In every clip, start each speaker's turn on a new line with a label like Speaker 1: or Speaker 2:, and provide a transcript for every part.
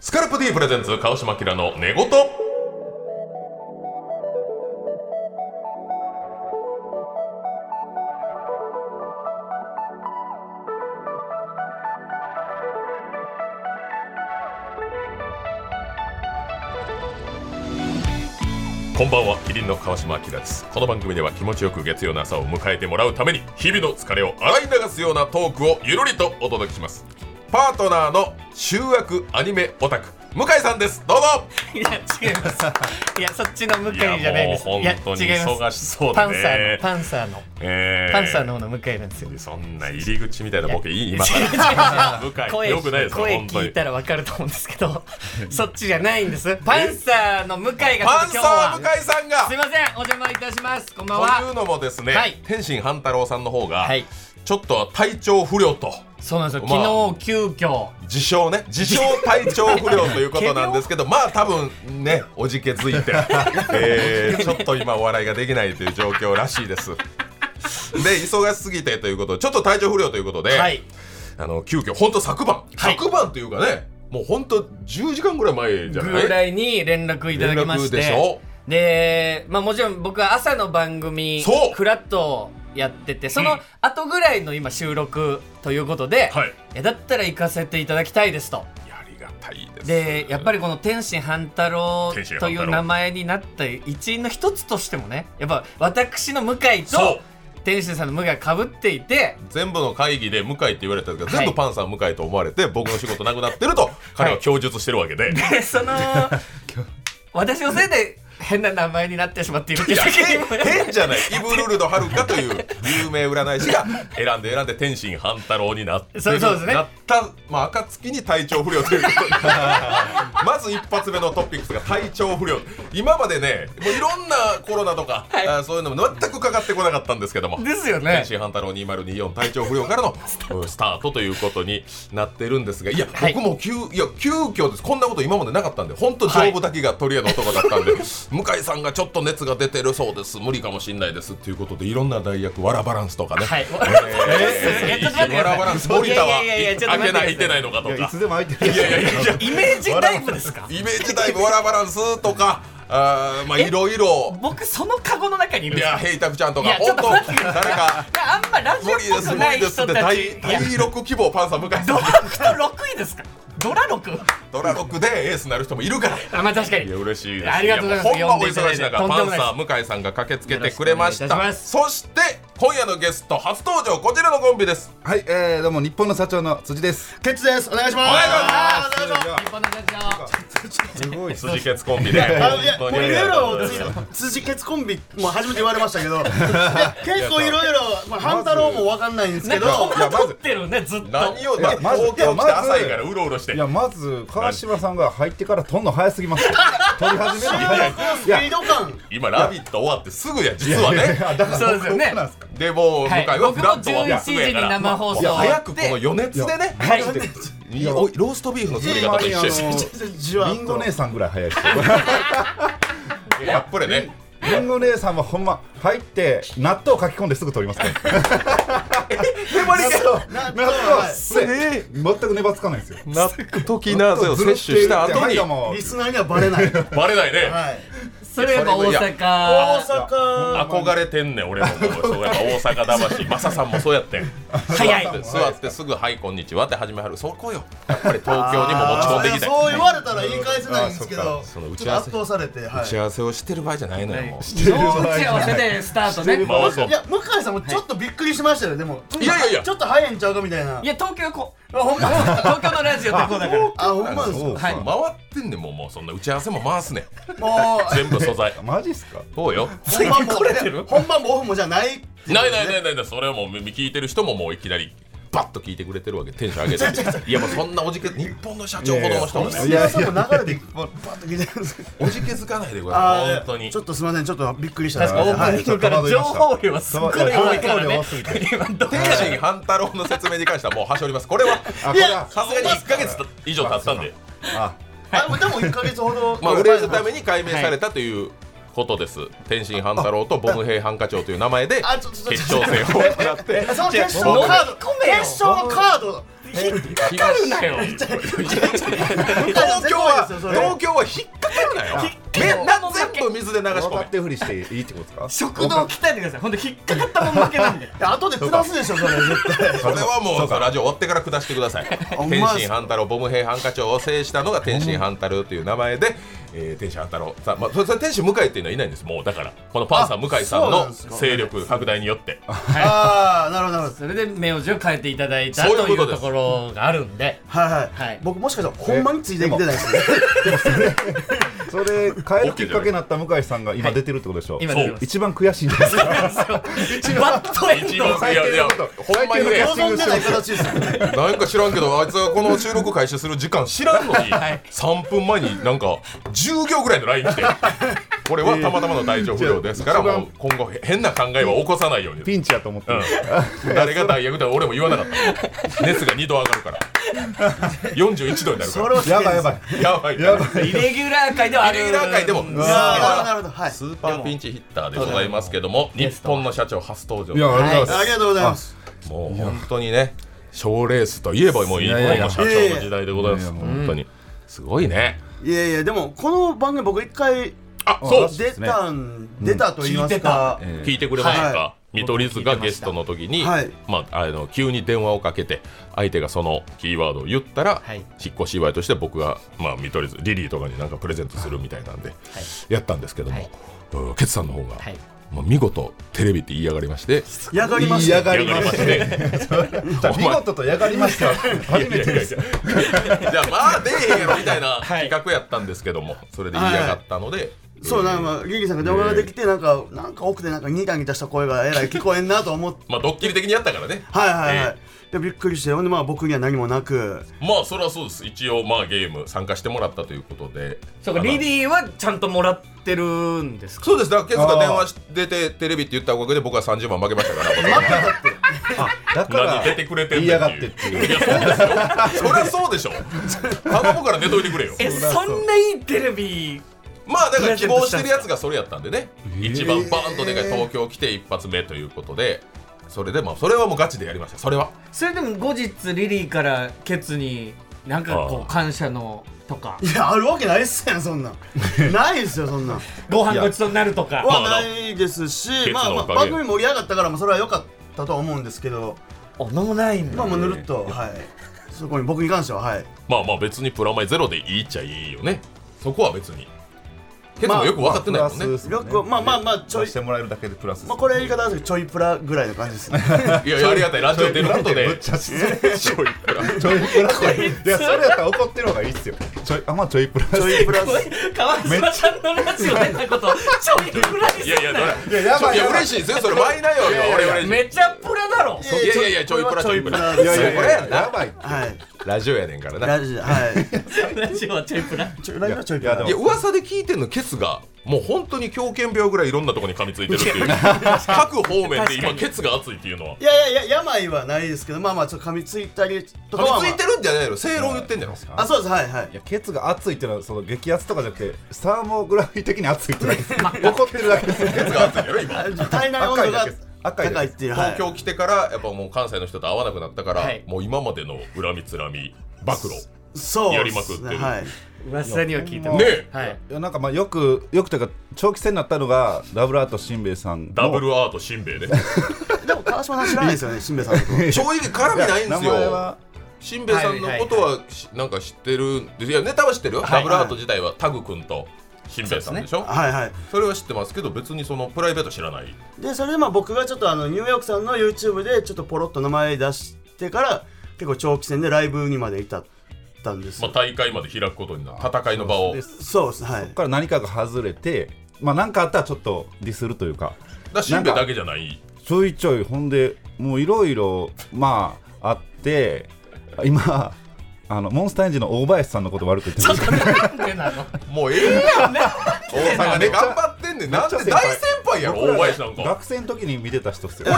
Speaker 1: スカルプ D プレゼンツ川島明の寝言こんばんはキリンの川島明ですこの番組では気持ちよく月曜の朝を迎えてもらうために日々の疲れを洗い流すようなトークをゆるりとお届けしますパートナーの中悪アニメオタク向井さんですどうぞ
Speaker 2: いや違います。いやそっちの向井じゃないです。
Speaker 1: いやもう本当に
Speaker 2: いや違います
Speaker 1: 忙しそう
Speaker 2: パ
Speaker 1: だ
Speaker 2: ン
Speaker 1: ね
Speaker 2: サーのパンサーの、
Speaker 1: えー
Speaker 2: パンサーの方の向井なんですよ。
Speaker 1: そんな入り口みたいなボケいい今か
Speaker 2: 違う違う違う
Speaker 1: ら向井
Speaker 2: 声
Speaker 1: よくないですよ
Speaker 2: 声
Speaker 1: 本当
Speaker 2: 聞
Speaker 1: に
Speaker 2: いたらわかると思うんですけど、そっちじゃないんです。パンサーの向井がちょ
Speaker 1: パ
Speaker 2: っ
Speaker 1: ン
Speaker 2: と今日
Speaker 1: サー
Speaker 2: は
Speaker 1: 向井さんが
Speaker 2: すいませんお邪魔いたします。こんばん
Speaker 1: という
Speaker 2: は。
Speaker 1: のもですね、
Speaker 2: はい
Speaker 1: 天心半太郎さんの方が、
Speaker 2: はい
Speaker 1: ちょっと体調不良と
Speaker 2: そうなんですよ。
Speaker 1: まあ
Speaker 2: 昨日急遽
Speaker 1: 自称ね 自称体調不良ということなんですけ どまあ多分ねおじけづいて、えーちょっと今お笑いができないという状況らしいです。で忙しすぎてということでちょっと体調不良ということで、
Speaker 2: はい
Speaker 1: あの急遽本当昨晩、
Speaker 2: はい
Speaker 1: 昨晩というかねもう本当10時間ぐらい前じゃない
Speaker 2: ぐらいに連絡いただきまして。
Speaker 1: 連絡でしょ
Speaker 2: でまあ、もちろん僕は朝の番組
Speaker 1: そう
Speaker 2: フラットやっててそ
Speaker 1: うん
Speaker 2: の後ぐらいの今収録ということで、
Speaker 1: はい
Speaker 2: えだったら行かせていただきたいですと
Speaker 1: いやありがたいです
Speaker 2: でやっぱりこの天心半太郎
Speaker 1: 天心
Speaker 2: と
Speaker 1: 半
Speaker 2: い
Speaker 1: 太
Speaker 2: う
Speaker 1: 郎
Speaker 2: 名前になった一員の一つとしてもねやっぱ私の向井
Speaker 1: そう
Speaker 2: と天心さんの向井がかぶっていて
Speaker 1: 全部の会議で向井って言われたんですけど、
Speaker 2: はい
Speaker 1: 全部パンさん向井と思われて僕の仕事なくなってると彼は供述してるわけで、い、
Speaker 2: で その私のせいで変な名前になってしまっているっていう
Speaker 1: や
Speaker 2: だけにも
Speaker 1: 変変じゃないイブルルドはるかという有名占い師が選んで選んで天心半太郎になって
Speaker 2: そうそうですね
Speaker 1: なった、まあ、暁に体調不良ということで まず一発目のトピックスが体調不良今までねもういろんなコロナとか、
Speaker 2: はい
Speaker 1: あそういうのも全くかかってこなかったんですけども
Speaker 2: ですよね
Speaker 1: 天心半太郎2024体調不良からのうんスタートということになってるんですがいや
Speaker 2: はい
Speaker 1: 僕も急,、い、や急遽ですこんなこと今までなかったんで本当丈夫だけが取り柄の男だったんで、向井さんがちょっと熱が出てるそうです無理かもしれないですっていうことでいろんな代役わらバランスとかね、
Speaker 2: はい。
Speaker 1: えー
Speaker 2: ちょっと待ってください
Speaker 1: わらバランス森田はい
Speaker 2: やいやいやちょっと
Speaker 1: 開
Speaker 2: 待
Speaker 1: けな
Speaker 2: ってくださ
Speaker 1: い
Speaker 2: い
Speaker 1: いてないのかと
Speaker 3: い
Speaker 1: か
Speaker 3: やいつでも空いてる
Speaker 1: いやいやいやいや
Speaker 2: イメージタイプですか。
Speaker 1: イメージダイブわらバランスとかあーまあいろいろ
Speaker 2: 僕そのカゴの中にいるん
Speaker 1: い
Speaker 2: です
Speaker 1: や
Speaker 2: か。
Speaker 1: ヘイタクちゃんとか
Speaker 2: いやち
Speaker 1: 本
Speaker 2: ょっ
Speaker 1: 当
Speaker 2: と待ってくだ
Speaker 1: 誰か
Speaker 2: いやあんまラジオ
Speaker 1: 無
Speaker 2: っ
Speaker 1: 理で
Speaker 2: ぽ
Speaker 1: す
Speaker 2: く
Speaker 1: 無
Speaker 2: ない
Speaker 1: 理です
Speaker 2: 人
Speaker 1: って
Speaker 2: たち。
Speaker 1: 第
Speaker 2: いや
Speaker 1: 第6希望パンサー向井さ
Speaker 2: ド
Speaker 1: ん
Speaker 2: ラフト六位ですか。ドラ六。
Speaker 1: ドラ6でエースになる人もいるから。
Speaker 2: あまあ確かに。
Speaker 1: 嬉しい
Speaker 2: すありがとうございます
Speaker 1: ほんまお忙しい
Speaker 2: 呼
Speaker 1: 中、
Speaker 2: んでい
Speaker 1: パンサ
Speaker 2: ただいてとんでもない
Speaker 1: ー向井さんが駆けつけてくれまし
Speaker 2: よろしくお願
Speaker 1: た。
Speaker 2: いいたします
Speaker 1: そして今夜のゲスト初登場こちらのコンビです。
Speaker 3: はい、えー、どうも日本の社長の辻です。
Speaker 4: ケツです。お願いします。
Speaker 1: お願いします
Speaker 2: あーどうぞ日本のラジ
Speaker 3: すごい。
Speaker 1: 辻血コンビで。
Speaker 4: あのいや、も
Speaker 1: 本
Speaker 4: う
Speaker 1: 当に
Speaker 4: いろいろ辻ケツコンビも初めて言われましたけど、い や結構いろいろ、まあ半太郎もわかんないんですけど、
Speaker 2: オ。なん
Speaker 1: ま
Speaker 2: か
Speaker 1: ず
Speaker 2: 撮ってるねずっと。
Speaker 1: 何をまあ
Speaker 3: いやまず
Speaker 1: 東
Speaker 3: い
Speaker 1: 京
Speaker 3: や
Speaker 1: 来
Speaker 3: ま
Speaker 1: て
Speaker 3: ず
Speaker 1: 朝いからうろうろして。
Speaker 3: い
Speaker 1: い
Speaker 3: やまず川島さんが入ってからとんど早す ぎます。取り始めるの早い。
Speaker 4: スピード感。
Speaker 1: 今ラビット終わってすぐや実はね。
Speaker 3: だから
Speaker 2: そうですよね
Speaker 3: 僕なんすか
Speaker 1: でもう向
Speaker 2: は
Speaker 1: 井
Speaker 2: い
Speaker 1: は
Speaker 2: 僕
Speaker 1: フ
Speaker 2: も
Speaker 1: ラットは
Speaker 2: 11時に生放送
Speaker 1: い
Speaker 2: 終
Speaker 1: や
Speaker 2: わ
Speaker 1: 早
Speaker 2: っ
Speaker 1: くこ
Speaker 2: て
Speaker 1: の余熱でね。
Speaker 3: いや
Speaker 1: マジで
Speaker 3: いや
Speaker 1: おいローストビーフの作り方と一緒です。
Speaker 4: じわっと
Speaker 3: リンゴ姉さんぐらい早いですよ。
Speaker 1: やっぱりね。
Speaker 3: リンゴ姉さんはほんま入って納豆書き込んですぐ取りますから。
Speaker 1: で もあれ
Speaker 3: 納豆
Speaker 4: 豆
Speaker 3: で全く粘つかないんですよ。
Speaker 1: 納豆ナーゼを摂取した後に
Speaker 3: ずっと言ってはいどうも
Speaker 4: リスナーにはバレない。は
Speaker 1: バレないね
Speaker 4: い。
Speaker 2: それやっぱ大
Speaker 4: 大
Speaker 2: 阪
Speaker 4: 阪。
Speaker 1: 憧れてんねん俺ももうそうやっぱ大阪魂マサさんもそうやってん
Speaker 2: 早い。
Speaker 1: 座ってすぐ「はいこんにちは」って始めはるそこよやっぱり東京にも持ち込んできたい
Speaker 4: そう言われたら言い返せないんですけ
Speaker 3: あ
Speaker 1: そ
Speaker 3: そっか
Speaker 4: ど、ちょ
Speaker 1: の
Speaker 4: っ
Speaker 1: 打ち合
Speaker 4: と
Speaker 1: わ
Speaker 4: 圧
Speaker 1: せ
Speaker 4: 倒されて、は
Speaker 1: 打ち合わせをしてる場合じゃないのよもう
Speaker 2: どう打ち合わせでスタートね。
Speaker 1: まあそう
Speaker 4: い。いや、向井さんもちょっとびっくりしましたよ、でも。
Speaker 1: いやいやいや
Speaker 4: ちょっと早いんちゃうかみたいな。
Speaker 2: いや東京はこう。ほんま東京のラジオってこうだから。
Speaker 4: あ、ほんまで
Speaker 3: そ
Speaker 4: すか。
Speaker 3: う
Speaker 4: もう、
Speaker 2: はい
Speaker 1: 回ってんねんもうもうそんな打ち合わせも回すねん
Speaker 4: ほ
Speaker 1: 全部素材
Speaker 3: マジっすか。
Speaker 1: そうよ
Speaker 4: んまもう、本番もオフもじゃないってうね。
Speaker 1: ないないないないないそれはもう聞いてる人ももういきなりバッと聞いてくれてるわけテンション上げていやもうそんなおじけ日本の社長ほどの人も
Speaker 4: い
Speaker 1: ね
Speaker 4: やいや、流れで、バッと聞いてるんですけど。
Speaker 1: おじけづかないでくだ
Speaker 4: あ
Speaker 1: さい
Speaker 4: ー
Speaker 1: 本当に
Speaker 4: ちょっとすみません、ちょっとびっくりした。
Speaker 2: 確かオープニングから情報量はすごい多いからね
Speaker 3: 情報量多すぎて。
Speaker 2: 今どこ
Speaker 1: 天心半太郎の説明に関してはもう端折りますこれは
Speaker 3: あ
Speaker 4: いや
Speaker 1: さすがに1か月以上経ったんで、
Speaker 3: あ
Speaker 4: あ、でも一ヶ月ほど。
Speaker 1: まあ、売れるために改名されたということです、天心半太郎とボム兵ハンカチョウという名前で
Speaker 4: あちょちょち
Speaker 1: 決
Speaker 4: ょ
Speaker 1: 勝戦を行って
Speaker 4: その決勝のカード、決勝のカーどうぞ
Speaker 2: 引っかかるなよ
Speaker 1: 東京は
Speaker 4: 絶対ですよそれ
Speaker 1: 東京は引っかかるなよめな全部水で流し
Speaker 3: 分か
Speaker 1: 込
Speaker 3: っ
Speaker 1: め
Speaker 3: てるふりしていいってことですか
Speaker 2: 食堂鍛えてくださいほんで引っかかったもん負けなんで
Speaker 4: 後で下すでしょそれ絶対
Speaker 1: それはもうラジオ終わってから下してください
Speaker 4: ほん
Speaker 1: 天
Speaker 4: まっす
Speaker 1: 心半太郎ボム兵ハンカチを制したのが天心半太郎という名前で、えー天心半太郎さん、まあ、そそれ天心向井っていうのはいないんですもうだからこのパンさん向井さん
Speaker 4: そうなん
Speaker 1: の
Speaker 4: ですか
Speaker 1: 勢力拡大によって
Speaker 4: ああなるほどなるほど
Speaker 2: それで名字を変えていただいた
Speaker 1: そういう
Speaker 2: と
Speaker 1: こ
Speaker 2: いう
Speaker 1: と
Speaker 2: と
Speaker 1: です
Speaker 2: ころがあるんで
Speaker 4: はいはい、
Speaker 2: はい
Speaker 4: 僕もしかしたらほんまについてきてないですね
Speaker 3: それ変えるきっかけになった向井さんが今出てるってことでしょ、
Speaker 2: 今出てます
Speaker 3: 一番悔しいんじゃないですか
Speaker 2: バッドエン
Speaker 1: 一
Speaker 2: ド
Speaker 1: 番いやいやほんまにね
Speaker 4: 共存じゃない形ですよ
Speaker 1: なんか知らんけどあいつはこの収録開始する時間知らんのに、
Speaker 2: はい
Speaker 1: 3分前になんか10行ぐらいの LINE 来てこれはたまたまの体調不良ですから、
Speaker 3: えーじゃあ
Speaker 1: もう今後変な考えは起こさないように
Speaker 3: ピンチやと思ってる、
Speaker 1: 誰が大逆だ俺も言わなかった熱が2度上がるから41度になるか
Speaker 4: それは
Speaker 3: やばいやばい
Speaker 1: らやばい
Speaker 3: やば
Speaker 1: イ
Speaker 2: イレギュラー界ではある
Speaker 1: レギュラー界でも
Speaker 4: うわーなるほどなるほどはい
Speaker 1: スーパーピンチヒッターでございますけども日本の社長初登場
Speaker 3: いやありがとうございます、
Speaker 4: ありがとうございます
Speaker 1: もう本当にね賞レースといえばもう日
Speaker 3: いや
Speaker 1: 本
Speaker 3: い
Speaker 1: の
Speaker 3: や
Speaker 1: 社長の時代でございます
Speaker 3: いやいや
Speaker 1: 本当にすごいね
Speaker 4: いやいやでもこの番組僕一回
Speaker 1: あそう
Speaker 3: あ
Speaker 4: 出たん、出たと言いますか
Speaker 3: えー
Speaker 1: 聞いてくれましたか
Speaker 4: は
Speaker 1: 見取り図がゲストの時に、
Speaker 4: はい
Speaker 1: まあ、あの急に電話をかけて相手がそのキーワードを言ったら、
Speaker 2: はい
Speaker 1: 引っ越し祝いとして僕が、まあ、見取り図リリーとかになんかプレゼントするみたいなんで、やったんですけども、
Speaker 2: はい
Speaker 1: うんケツさんの方が、
Speaker 2: はい
Speaker 1: まあ、見事テレビって言いやがりまして。
Speaker 4: やがりました
Speaker 3: やがりまして
Speaker 1: て
Speaker 3: 見事とやがりました初めてです
Speaker 1: じゃあまあ出えへんやろみたいな
Speaker 2: はい
Speaker 1: 企画やったんですけども、それで言いやがったので、
Speaker 4: そうなんかギギさんが電話ができてなんかなんか奥でなんかギタギタした声がえらい聞こえんなと思って
Speaker 1: まあドッキリ的にやったからね
Speaker 4: はいはいはい
Speaker 1: え、
Speaker 4: でびっくりしてほんでまあ僕には何もなく
Speaker 1: まあそれはそうです一応まあゲーム参加してもらったということで
Speaker 2: そうか
Speaker 1: あの
Speaker 2: リリーはちゃんともらってるんですか
Speaker 1: そうですだからケツが電話し出てテレビって言ったおかげで僕は30万負けましたから
Speaker 3: だから
Speaker 1: 何出てくれてん
Speaker 3: 言い
Speaker 1: ね
Speaker 3: や
Speaker 1: ん
Speaker 3: が
Speaker 1: っ
Speaker 3: ってて
Speaker 1: い
Speaker 3: っ
Speaker 1: う
Speaker 3: てい
Speaker 1: い
Speaker 3: う
Speaker 1: やそうですよそりゃそうでしょ頼むから寝といてくれよ
Speaker 2: えそんないいテレビ
Speaker 1: まあだから希望してるやつがそれやったんでね一番バーンとでかい東京来て一発目ということでそれでまあそれはもうガチでやりましたそれは
Speaker 2: それでも後日リリーからケツになんかこ
Speaker 1: あ
Speaker 2: う感謝のとか
Speaker 4: いやあるわけないっすやんそ んなんないっすよそんなん
Speaker 2: ご飯ごちそうになるとか
Speaker 1: まあ
Speaker 4: はないですし
Speaker 1: ケツ
Speaker 4: まあ
Speaker 1: の
Speaker 4: ま
Speaker 1: お
Speaker 4: あ
Speaker 1: かげ
Speaker 4: 番組盛り上がったからまあそれは良かったとは思うんですけど
Speaker 2: おのもないん
Speaker 4: ま
Speaker 2: だ
Speaker 4: あもうぬるっとはいそこに僕に関してははい
Speaker 1: まあまあ別にプラマイゼロでいいっちゃいいよねそこは別にケツもよく分かってないもんね、
Speaker 4: よくまあまあまあちょい
Speaker 3: 出してもらえるだけでプラスです
Speaker 4: まあこれ言い方ですけどちょいプラぐらいの感じですね
Speaker 1: いやいやありがたいラジオ出ること
Speaker 3: ぶっ
Speaker 1: で
Speaker 3: ちゃ失礼ちょいプラちょいプラっていやそれやったら怒ってる方がいいっすよちょいあまあちょいプラ
Speaker 4: ちょいプラス
Speaker 2: 川島さんのラジオ出たことちょいぐらい
Speaker 1: いやいや、だ
Speaker 3: いややばいやばい
Speaker 1: 嬉しいですよ、それ、マイナよりは俺嬉しい。
Speaker 2: めちゃプラだろ
Speaker 1: いやいやいや、ちょいプラちょいプラ。
Speaker 4: い
Speaker 3: いやいやい
Speaker 1: これや
Speaker 3: や
Speaker 1: んな
Speaker 3: やばい
Speaker 4: はい
Speaker 1: ラジオやねんからな。
Speaker 4: ラジオはい
Speaker 2: ラジオはちょいプラ
Speaker 4: ちょラジオはちょいプ
Speaker 3: いやで
Speaker 4: ラ
Speaker 3: も
Speaker 1: いや、噂で聞いてんの、ケツが。もう本当に狂犬病ぐらいいろんなとこに噛みついてるっていう各方面で今ケツが熱いっていうのはい
Speaker 4: やいやいや病はないですけどまあまあちょっと噛みついたりとかはまあ
Speaker 1: 噛みついてるんじゃないの正論言ってんじゃないですか
Speaker 4: あそうですはいはい
Speaker 3: いやケツが熱いっていうのはその激熱とかじゃなくてサーモグラフィー的に熱いってだけです怒ってるだけです
Speaker 1: ケツが熱いんやろ今
Speaker 4: あ体内温度が
Speaker 3: 赤いだけです赤いだけです
Speaker 4: 高いっていうはい
Speaker 1: 東京来てからやっぱもう関西の人と会わなくなったから、
Speaker 2: はい
Speaker 1: もう今までの恨みつらみ暴露ね
Speaker 4: そう
Speaker 1: やりまくってる
Speaker 4: はい
Speaker 2: 噂には聞いて
Speaker 3: い
Speaker 2: ま
Speaker 3: や
Speaker 2: す
Speaker 1: え
Speaker 2: はい
Speaker 3: いやなんかまあよくよくというか長期戦になったのがダブルアートしんべヱさんの
Speaker 1: ダブルアートしんべヱね
Speaker 4: でも川島さん知らないですよねしんべヱさんのこ と
Speaker 1: 正直絡みないんです
Speaker 3: 名前
Speaker 1: よ
Speaker 3: は
Speaker 1: しんべヱさんのことはしなんか知ってるんですいやネタは知ってるよ、ダブルアート自体はタグ君としんべヱさんでしょそ
Speaker 4: はいはい
Speaker 1: れは知ってますけど別にそのプライベート知らない
Speaker 4: でそれでまあ僕がちょっとあのニューヨークさんの YouTube でちょっとポロッと名前出してから結構長期戦でライブにまで至ったんです
Speaker 1: ま
Speaker 4: よ、
Speaker 1: あ、大会まで開くことになる戦いの場を
Speaker 3: でそ
Speaker 4: そうですはい
Speaker 3: こから何かが外れてまあ何かあったらちょっとディスるというか
Speaker 1: だしんべヱだけじゃない
Speaker 3: ちょいちょいほんでもういろいろまああって今あのモンスターエンジンの大林さんのこと悪く言ってます
Speaker 2: なんでなの
Speaker 1: もうええやん大阪で頑張ってんねんなんで大
Speaker 3: めっちゃ
Speaker 1: 先輩やろ大林なんか
Speaker 3: 学生の時に見てた人っすよ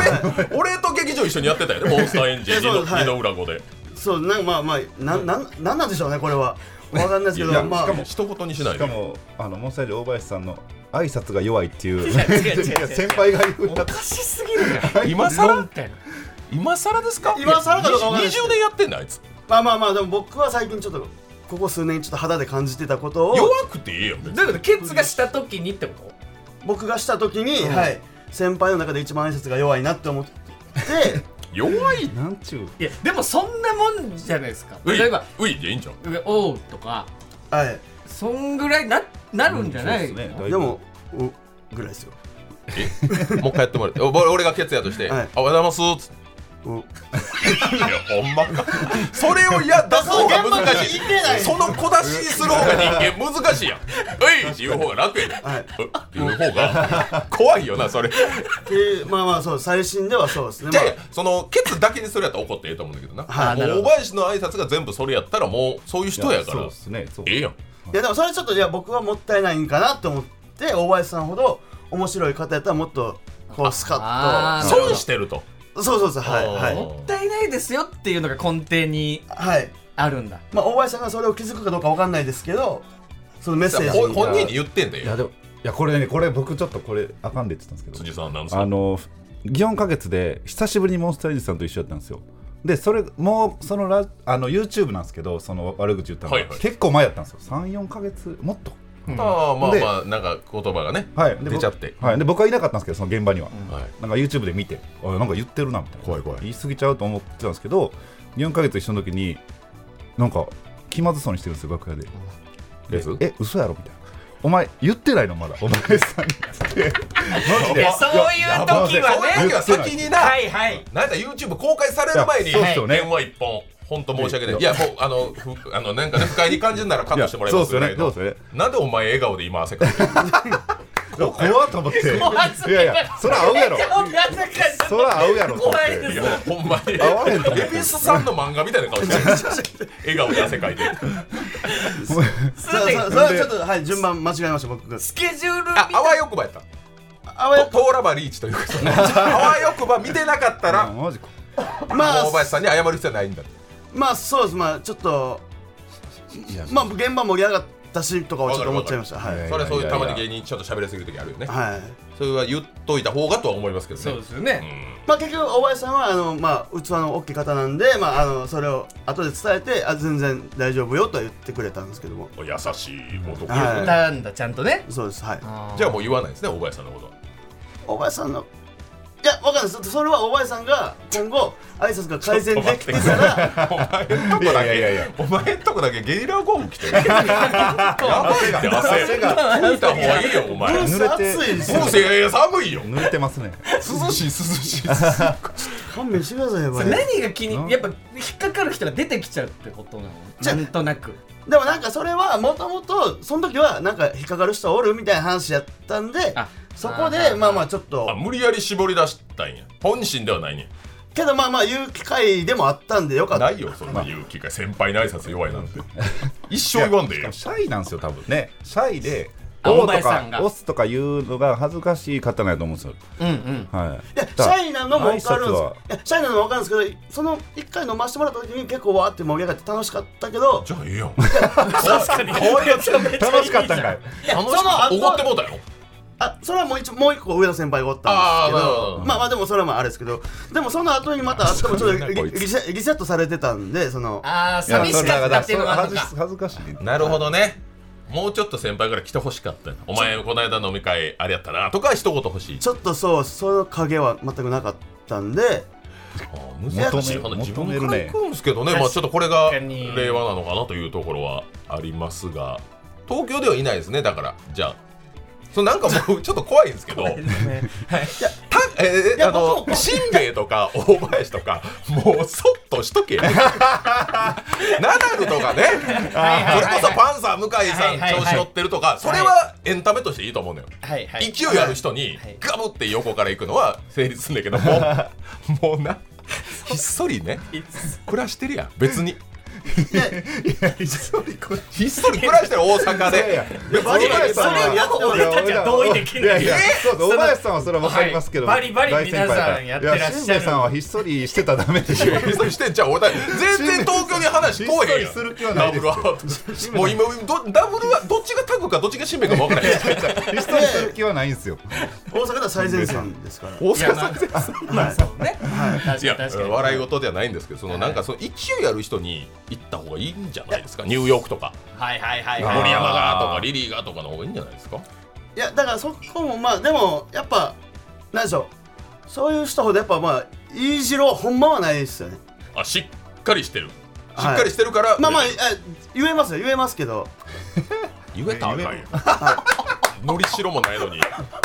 Speaker 1: 俺俺と劇場一緒にやってた よねモンスターエンジン
Speaker 4: いやそう
Speaker 1: 二の
Speaker 4: はい
Speaker 1: 二の裏子で
Speaker 4: そうなんかまあまあなんなんなんなんでしょうねこれはわかんないですけ
Speaker 3: いや
Speaker 4: どまあ
Speaker 3: しかも
Speaker 1: 一言にしないで
Speaker 3: しかもあのモンスターエンジン大林さんの挨 拶が弱いってい
Speaker 2: 違う
Speaker 3: う
Speaker 2: 違う違う
Speaker 3: いや先輩が言う
Speaker 1: お
Speaker 3: た
Speaker 1: かしい
Speaker 2: しすぎる
Speaker 1: 今さら
Speaker 2: みたいな
Speaker 1: 今更ですか
Speaker 4: 今更かどうかわかんな
Speaker 1: や
Speaker 4: いいです
Speaker 1: 20年やってんだあいつ
Speaker 4: まあまあまあでも僕は最近ちょっとここ数年ちょっと肌で感じてたことを
Speaker 1: 弱くていいよ
Speaker 2: どういうことケツがした時にってこ
Speaker 4: 僕がした時に、はい先輩の中で一番挨拶が弱いなって思って
Speaker 1: 弱い
Speaker 3: なんちゅう
Speaker 2: といやでもそんなもんじゃないですか
Speaker 1: うい
Speaker 2: 例えば
Speaker 1: ういでいいんじゃん
Speaker 2: 「おう」とか
Speaker 4: は
Speaker 2: そんぐらいななるんじゃない、
Speaker 3: うんそうですね
Speaker 4: いでもうぐらいですよ
Speaker 1: えもう一回やってもらってお俺俺がケツやとして「
Speaker 4: はい
Speaker 1: あおはようございます」つっ
Speaker 4: う
Speaker 1: ていやほんまかそれをいや出す方が難しい
Speaker 4: けな
Speaker 1: その小出しにする方が人間難しいやん「うい!」っていう方が楽やん
Speaker 4: はいっ
Speaker 1: うっていう方が怖いよなそれ
Speaker 4: ていう まあまあそう最新ではそうですね
Speaker 1: じゃあそのケツだけにそれやったら怒ってええと思うんだけどな、
Speaker 4: はい
Speaker 1: も
Speaker 4: なる
Speaker 1: う
Speaker 4: ほ
Speaker 1: お
Speaker 4: ど
Speaker 1: 林の挨拶が全部それやったらもうそういう人やか
Speaker 3: そう
Speaker 1: ら
Speaker 3: ですねそう
Speaker 1: ええやん
Speaker 4: まあいやでもそれちょっといや僕はもったいないんかなって思って大林さんほど面白い方やったらもっとこうスカ
Speaker 2: あー
Speaker 1: 損してると
Speaker 4: ッとそうそうそうはい
Speaker 1: あー
Speaker 4: はい
Speaker 2: もったいないですよっていうのが根底に
Speaker 4: はい
Speaker 2: あるんだ
Speaker 4: まあ大林さんがそれを気づくかどうかわかんないですけどそのメッセージ
Speaker 1: ほ
Speaker 4: に
Speaker 1: 本人に言ってんだ
Speaker 3: いや
Speaker 1: よ
Speaker 3: でもいやこれねこれ僕ちょっとこれあかんでって言ったんですけ
Speaker 1: 辻さんなんです
Speaker 3: どあ
Speaker 1: か
Speaker 3: の4ヶ月で久しぶりにモンスターエンジンさんと一緒やったんですよでそれもうそのラあの YouTube なんですけどその悪口言ったのが、
Speaker 1: はいはい
Speaker 3: 結構前やったんですよ34ヶ月もっと
Speaker 1: ああまあ
Speaker 3: で
Speaker 1: まあなんか言葉がね、
Speaker 3: はいで
Speaker 1: 出ちゃって、
Speaker 3: はい、で僕はいなかったんですけどその現場には、
Speaker 1: はい、
Speaker 3: なんか YouTube で見てあなんか言ってるなみたいな
Speaker 1: 怖い怖い
Speaker 3: 言い過ぎちゃうと思ってたんですけど4ヶ月一緒の時になんか気まずそうにしてるんですよ楽屋で
Speaker 1: レズ
Speaker 3: え嘘やろみたいなお前言ってないのまだお前さんにってマジ
Speaker 2: い
Speaker 3: で
Speaker 2: やそういう時
Speaker 1: そう
Speaker 2: は
Speaker 1: いう
Speaker 2: ね
Speaker 1: 時は先にな、
Speaker 2: はいはい
Speaker 1: なんだ YouTube 公開される前に
Speaker 3: いやそうっすよね
Speaker 1: 電話一本本当申し訳ない
Speaker 3: はい
Speaker 1: いやもうあのふあのなんかね不快に感じるならカットしてもらいますぐらい
Speaker 3: いや
Speaker 1: の
Speaker 3: そうっすよねそうっ
Speaker 1: なんでお前笑顔で今汗かいてる
Speaker 3: 怖っと思っていやいやそら合うやろ
Speaker 2: 恥ずかしい
Speaker 3: そら合うやろと思っ
Speaker 2: 怖い
Speaker 3: て
Speaker 2: で
Speaker 1: い
Speaker 2: す
Speaker 1: やほんまに
Speaker 3: 合わへんと思
Speaker 1: 恵比寿 さんの漫画みたいな顔してる笑顔で汗かいてる
Speaker 2: すで
Speaker 4: そうそう
Speaker 2: に
Speaker 4: それはちょっとはい順番間違えました僕が
Speaker 2: スケジュール見
Speaker 1: ああわよくばやった
Speaker 4: あわよ
Speaker 1: とトーラバリーチと いうかそのあわよくば見てなかったら
Speaker 3: うんマジか
Speaker 4: まあ
Speaker 1: 大林さんに謝る必要はないんだ
Speaker 4: まあそうですまあちょっとまあ現場盛り上がったしとかをちょっと思っちゃいました
Speaker 1: わ
Speaker 4: はい
Speaker 3: かる
Speaker 1: それはそういう
Speaker 3: いやいやいや
Speaker 1: たまに芸人ちょっと喋りすぎる時あるよね
Speaker 4: はい
Speaker 1: それは言っといた方がとは思いますけどね
Speaker 2: そうですよね、
Speaker 4: まあ結局大林さんはあのまあ器の大きい方なんでまああのそれを後で伝えてあ全然大丈夫よとは言ってくれたんですけども
Speaker 1: 優しい男
Speaker 4: はい
Speaker 1: ですね
Speaker 2: 歌うんだちゃんとね
Speaker 4: そうですはい
Speaker 1: じゃあもう言わないですね大林さんのことは
Speaker 4: 大林さんのいやわかんないですそれは大林さんが今後挨拶が改善できてたら
Speaker 1: お前んとこだけお前んとこだけゲリラ豪雨来てるやばいって汗
Speaker 3: 汗が
Speaker 1: 拭いた方がいいよお前
Speaker 4: ブー
Speaker 1: 風
Speaker 4: ス暑いですよ
Speaker 1: 船いやいや寒いよ
Speaker 3: 濡れてますね
Speaker 1: 涼しい涼しい
Speaker 4: 勘弁してくださいよこ
Speaker 2: そ
Speaker 4: れ
Speaker 2: れ何が気に
Speaker 3: うん
Speaker 2: やっぱ引っかかる人が出てきちゃうってことなの
Speaker 4: じゃ
Speaker 2: なんとなく
Speaker 4: でもなんかそれはもともとその時はなんか引っかかる人おるみたいな話やったんで
Speaker 2: あ
Speaker 4: そこ
Speaker 2: あ
Speaker 4: で
Speaker 2: ー
Speaker 4: まあまあちょっ
Speaker 1: あ
Speaker 4: と
Speaker 1: 無理やり絞り出したんや本心ではないね
Speaker 4: けどまあまあ言う機会でもあったんでよかった
Speaker 1: ないよそんな勇気が先輩の挨拶弱いなんて一生言わんでええ
Speaker 3: しか
Speaker 1: よ
Speaker 3: もシャイなんですよ多分ねシャイで
Speaker 2: あ
Speaker 3: お
Speaker 2: お
Speaker 3: うと
Speaker 2: 前さん
Speaker 3: か
Speaker 2: が
Speaker 3: 押すとか言うのが恥ずかしい方なんやと思うんですよ
Speaker 2: うんうん
Speaker 3: はい
Speaker 4: いやシャイなのも分かる
Speaker 3: 挨
Speaker 4: ん
Speaker 3: 拶は
Speaker 4: ですいやシャイなのも分かるんですけどその一回飲ましてもらった時に結構わーって盛り上がって楽しかったけど
Speaker 1: じゃあええやん
Speaker 2: 確かにこういうやつ
Speaker 3: 楽しかったんかい
Speaker 1: 楽し
Speaker 4: その
Speaker 1: か
Speaker 4: 後
Speaker 1: 怒ってもうたよ
Speaker 4: あそれはもう一もう一個上田先輩がおったんですけ
Speaker 1: あーなるほ
Speaker 4: ど
Speaker 1: ど
Speaker 4: まあまあでもそれもあれですけどでもその後にまたあってもちょ
Speaker 1: そ
Speaker 4: っと
Speaker 1: んなこい
Speaker 4: リ
Speaker 1: つ
Speaker 4: リセリセットされてたんでその
Speaker 2: ああ寂しかったっていうのがあるの
Speaker 3: いや
Speaker 2: か
Speaker 3: それはだからそれは恥ず恥ずかしい ね
Speaker 1: なるほどねもうちょっと先輩から来てほしかったなお前この間飲み会あれやったなとか一言欲しい
Speaker 4: ちょっとそうその影は全くなかったんで
Speaker 1: あー難しい
Speaker 3: 求め
Speaker 1: 話自分
Speaker 3: 求める
Speaker 1: から
Speaker 3: ね
Speaker 1: 行くんですけどねまあ、ちょっとこれが
Speaker 2: 確かに
Speaker 1: 令和なのかなというところはありますが東京ではいないですねだからじゃあそれなんかもうちょっと怖いんですけどたえー
Speaker 4: いや
Speaker 1: あのしんべヱとか大林とかもうそっとしと けナダルとかね
Speaker 2: はいはい
Speaker 1: それこそパンサー向井さ
Speaker 2: は
Speaker 1: ん
Speaker 2: いはいはい
Speaker 1: 調子乗ってるとかそれはエンタメとしていいと思うのよ
Speaker 2: はいはい
Speaker 1: 勢いある人に
Speaker 2: はい
Speaker 1: ガブって横から行くのは成立するんだけど ももうなひっそりね暮らしてるやん別にひっそり暮らしてる大阪
Speaker 3: いやいや
Speaker 1: で
Speaker 3: いやバリバリさん
Speaker 4: それ
Speaker 3: は
Speaker 4: やっても
Speaker 2: 俺たちは同意できない
Speaker 3: やいやそうそう
Speaker 2: そ
Speaker 3: 小
Speaker 2: の
Speaker 3: 林さんはそれは分かりますけども、
Speaker 2: はいバリバリ皆さん
Speaker 3: 大先輩
Speaker 2: や
Speaker 3: だ
Speaker 2: っ
Speaker 3: か
Speaker 2: て
Speaker 3: ら
Speaker 2: らっ
Speaker 3: い
Speaker 2: しゃ
Speaker 3: や
Speaker 2: る
Speaker 3: 新兵衛さんはひっそりしてたらダメでしょ
Speaker 1: ひっそりしてんちゃう俺全然東京に話こえへんやん
Speaker 3: ひっそりする気はないですよ
Speaker 1: ダブルアートもう今どダブルはどっちがタグかどっちがシンベかも分からへん
Speaker 3: ひっそりする気はないんですよ
Speaker 4: 大阪では最前線ですから
Speaker 1: 大阪
Speaker 2: いや
Speaker 1: さ
Speaker 2: まあ
Speaker 1: ん
Speaker 2: まあそうね確
Speaker 1: い
Speaker 2: かに
Speaker 1: や
Speaker 2: 確かに
Speaker 1: 笑い事ではないんですけどそのなんかその勢いある人に行った方がいいんじゃないですかニューヨークとか
Speaker 2: はいはいはい
Speaker 1: 森
Speaker 2: はい
Speaker 1: 山がとかリリーがとかの方がいいんじゃないですか
Speaker 4: いやだからそこもまあでもやっぱなんでしょうそういう人ほどやっぱまあいいじろうほんまはないですよね
Speaker 1: あしっかりしてるしっ
Speaker 4: はい
Speaker 1: かりしてるから
Speaker 4: まあまあえ言えますよ言えますけど
Speaker 1: 言えたらあかんよのりしろもないのに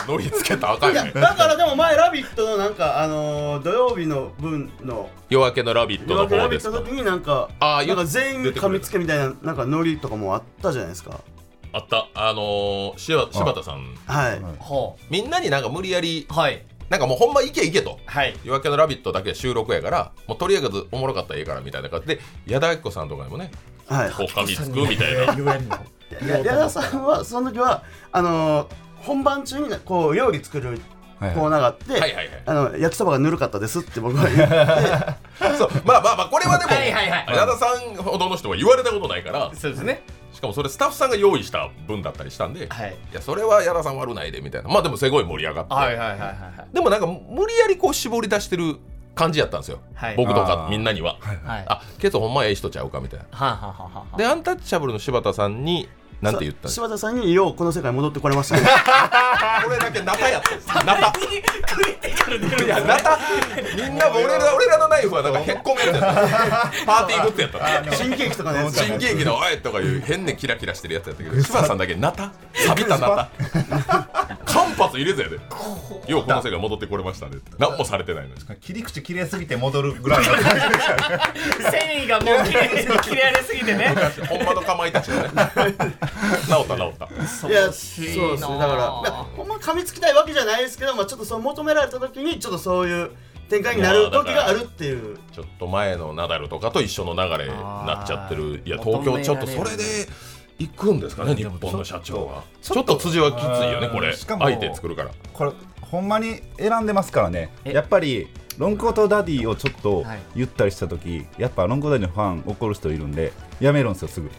Speaker 1: のりつけたらあかん
Speaker 4: い
Speaker 1: よ
Speaker 4: やだからでも前「ラビット!」のなんかあのー土曜日の分の
Speaker 1: 夜明けの「ラビッ
Speaker 4: 「
Speaker 1: ト!」
Speaker 4: 夜
Speaker 1: の
Speaker 4: 明けラ
Speaker 1: 方で
Speaker 4: ビッ
Speaker 1: す
Speaker 4: ト!」
Speaker 1: か
Speaker 4: の時になんか
Speaker 1: あー
Speaker 4: なん
Speaker 1: よ
Speaker 4: か全員噛みつけみたいななんかノリとかもあったじゃないですか
Speaker 1: あったあのーしば柴田さん
Speaker 4: はい
Speaker 2: ほ
Speaker 1: みんなになんか無理やり
Speaker 2: うはい
Speaker 1: なんかもうほんま行け行けと
Speaker 2: はい
Speaker 1: 夜明けの「ラビット!」だけ収録やからもうとりあえずおもろかったらええからみたいな感じで矢田亜希子さんとかにもね
Speaker 4: はい
Speaker 1: こう噛みつくみたいな
Speaker 2: 言えんの
Speaker 4: いや矢田さんはその時はあのー本番中になこう料理作るコ
Speaker 3: はい
Speaker 4: ーナーがあって、
Speaker 1: はいはいはい
Speaker 4: あの焼きそばがぬるかったですって僕は言って
Speaker 1: そうまあまあまあこれはでも
Speaker 2: はいはいはい
Speaker 1: 矢田さんほどの人は言われたことないから
Speaker 2: そうですね
Speaker 1: しかもそれスタッフさんが用意した分だったりしたんで、
Speaker 2: はい
Speaker 1: いやそれは矢田さん悪ないでみたいなまあでもすごい盛り上がって、
Speaker 2: はいはいはいはいはい
Speaker 1: でもなんか無理やりこう絞り出してる感じやったんですよ、
Speaker 2: はい
Speaker 1: 僕とか
Speaker 3: あー
Speaker 1: みんなには、
Speaker 2: はいは
Speaker 1: あけどほんまええ人ちゃうかみたいな
Speaker 2: あはあはあはあ
Speaker 1: でアンタッチャブルの柴田さんになんて言ったんですか
Speaker 4: 柴田さんにようこの世界戻ってこれましたね
Speaker 1: これだけナタやったんですナタ
Speaker 2: クリティカル出るんです
Speaker 1: い
Speaker 2: ね
Speaker 1: やナタみんな 俺ら俺らのナイフはなんか結婚みたいな パーティーグッズやったんです
Speaker 4: 新喜劇とかのやつ
Speaker 1: 新喜劇の「おい!」とかいう変ねキラキラしてるやつやったけど柴田さんだけナタ錆びたナタ 間髪入れずやでようこの世界戻ってこれましたね何もされてないのに
Speaker 3: 切り口切れすぎて戻るぐらいの
Speaker 2: 繊維がもう切れ切れられすぎてね
Speaker 1: ほんまのかまいたちがね直った直った
Speaker 4: いやそうですねだからいやほんま噛みつきたいわけじゃないですけど、まあ、ちょっとそう求められた時にちょっとそういう展開になる時があるっていう
Speaker 1: ちょっと前のナダルとかと一緒の流れになっちゃってるいや
Speaker 2: あー
Speaker 1: 東京ちょっ
Speaker 2: 求
Speaker 1: と
Speaker 2: めら
Speaker 1: そ
Speaker 2: れ
Speaker 1: れ
Speaker 2: る
Speaker 1: で行くんですかね日本の社長はちょっと辻はきついよねこ
Speaker 3: う
Speaker 1: れ
Speaker 3: んしかも
Speaker 1: 相手作るから
Speaker 3: これほんまに選んでますからね
Speaker 2: え
Speaker 3: やっぱりロングコートダディをちょっと
Speaker 2: はい
Speaker 3: 言ったりした時、やっぱロングコートダディのファン怒る人いるんでやめるんですよすぐ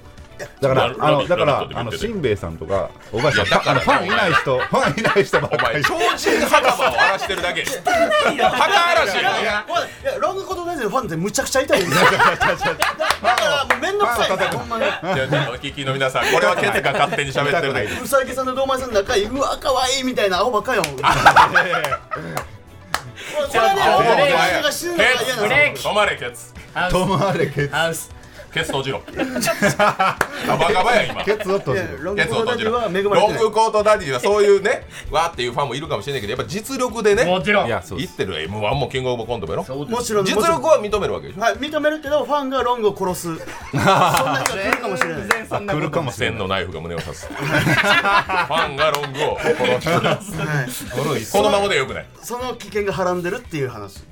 Speaker 3: だか
Speaker 1: まあ
Speaker 3: らあ
Speaker 1: ラ
Speaker 3: の
Speaker 1: ビ
Speaker 3: だか
Speaker 1: ラビット
Speaker 3: ら
Speaker 1: でも言っ
Speaker 3: あ
Speaker 1: て
Speaker 3: の
Speaker 1: た
Speaker 3: し
Speaker 1: よ
Speaker 3: んべヱさんとかおばあさん
Speaker 1: いやだ
Speaker 3: あ
Speaker 1: から
Speaker 3: のファンいない人ファンいない人ばっ
Speaker 1: お
Speaker 3: か
Speaker 1: 前
Speaker 3: り
Speaker 1: 超人袴を荒らしてるだけ墓嵐や
Speaker 4: いやほらいやロングコートダディのファンってむちゃくちゃ痛いんですよだからもう面倒くさいほんまに
Speaker 1: じゃあじゃあお聞きの皆さんこれはケツが勝手に喋ってるだけ
Speaker 4: うさぎさんと堂前さんの仲いいうわ可愛いみたいなアホばっかりやもんこれ
Speaker 1: お前
Speaker 4: ね人が死ぬのが嫌な
Speaker 2: ブ
Speaker 4: んで
Speaker 2: レー
Speaker 1: ケ
Speaker 2: キ
Speaker 1: ツ止まれケツ
Speaker 2: ハウス
Speaker 3: と思われケツ
Speaker 2: ハウス
Speaker 1: ケツ閉じろガバガバや今
Speaker 3: ケツを閉
Speaker 4: す
Speaker 3: じ
Speaker 4: よいや
Speaker 3: る
Speaker 4: ロング
Speaker 1: ケ
Speaker 4: コ
Speaker 1: ツを
Speaker 4: ート
Speaker 1: 閉
Speaker 4: ダデ
Speaker 1: じ
Speaker 4: ィ
Speaker 1: ろ
Speaker 4: は
Speaker 1: ロ
Speaker 4: 恵
Speaker 1: ン
Speaker 4: まれてない
Speaker 1: グコートダディはそういうね わーっていうファンもいるかもしれないけどやっぱ実力でね
Speaker 2: もちろん
Speaker 3: いやそう
Speaker 1: 言
Speaker 3: で
Speaker 1: ってる m 1もキングオブコントもやろ
Speaker 4: もちろん
Speaker 1: 実
Speaker 4: もちろん
Speaker 1: 力は認めるわけでしょ
Speaker 4: はい、認めるけどファンがロングを殺すそんな日が来るかもしれない
Speaker 2: 全 然そんな
Speaker 3: 来る
Speaker 2: こ
Speaker 3: か
Speaker 2: と
Speaker 3: もしれ
Speaker 1: 線
Speaker 3: ない
Speaker 1: のナイフが胸を刺す ファンがロングを殺す
Speaker 4: はい、
Speaker 1: このままでよくない
Speaker 4: その危険がはらんでるっていう話です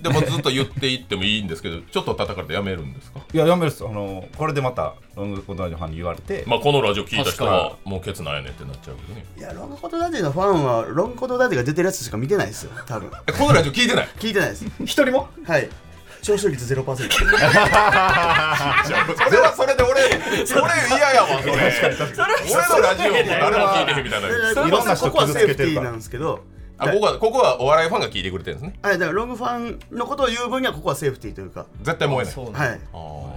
Speaker 1: でもずっと言っていってもいいんですけどちょっと叩かれてやめるんですか
Speaker 3: いややめるっすあのこれでまたロングコートダディのファンに言われて
Speaker 1: まあこのラジオ聞いた人は
Speaker 3: 確
Speaker 1: もうケツなんやねんってなっちゃうけどね
Speaker 4: いやロングコートダディのファンはロングコートダディが出てるやつしか見てないですよ多分
Speaker 1: えこのラジオ聞いてない
Speaker 4: 聞いてないです
Speaker 2: 一人も
Speaker 4: はい聴取率0%
Speaker 1: それはそれで俺俺嫌やわそれ俺のラジオも誰も聞いてへんみたいな
Speaker 3: ろんな人
Speaker 4: ここはセー
Speaker 3: 傷つけ
Speaker 4: フティ
Speaker 3: てる
Speaker 4: ー
Speaker 3: から
Speaker 4: なんですけど
Speaker 1: あここはここはお笑いファンが聞いてくれてるんですね
Speaker 4: はい、だからロングファンのことを言う分にはここはセーフティーというか
Speaker 1: 絶対燃えない
Speaker 2: そう
Speaker 4: は
Speaker 2: ね
Speaker 4: い
Speaker 1: あー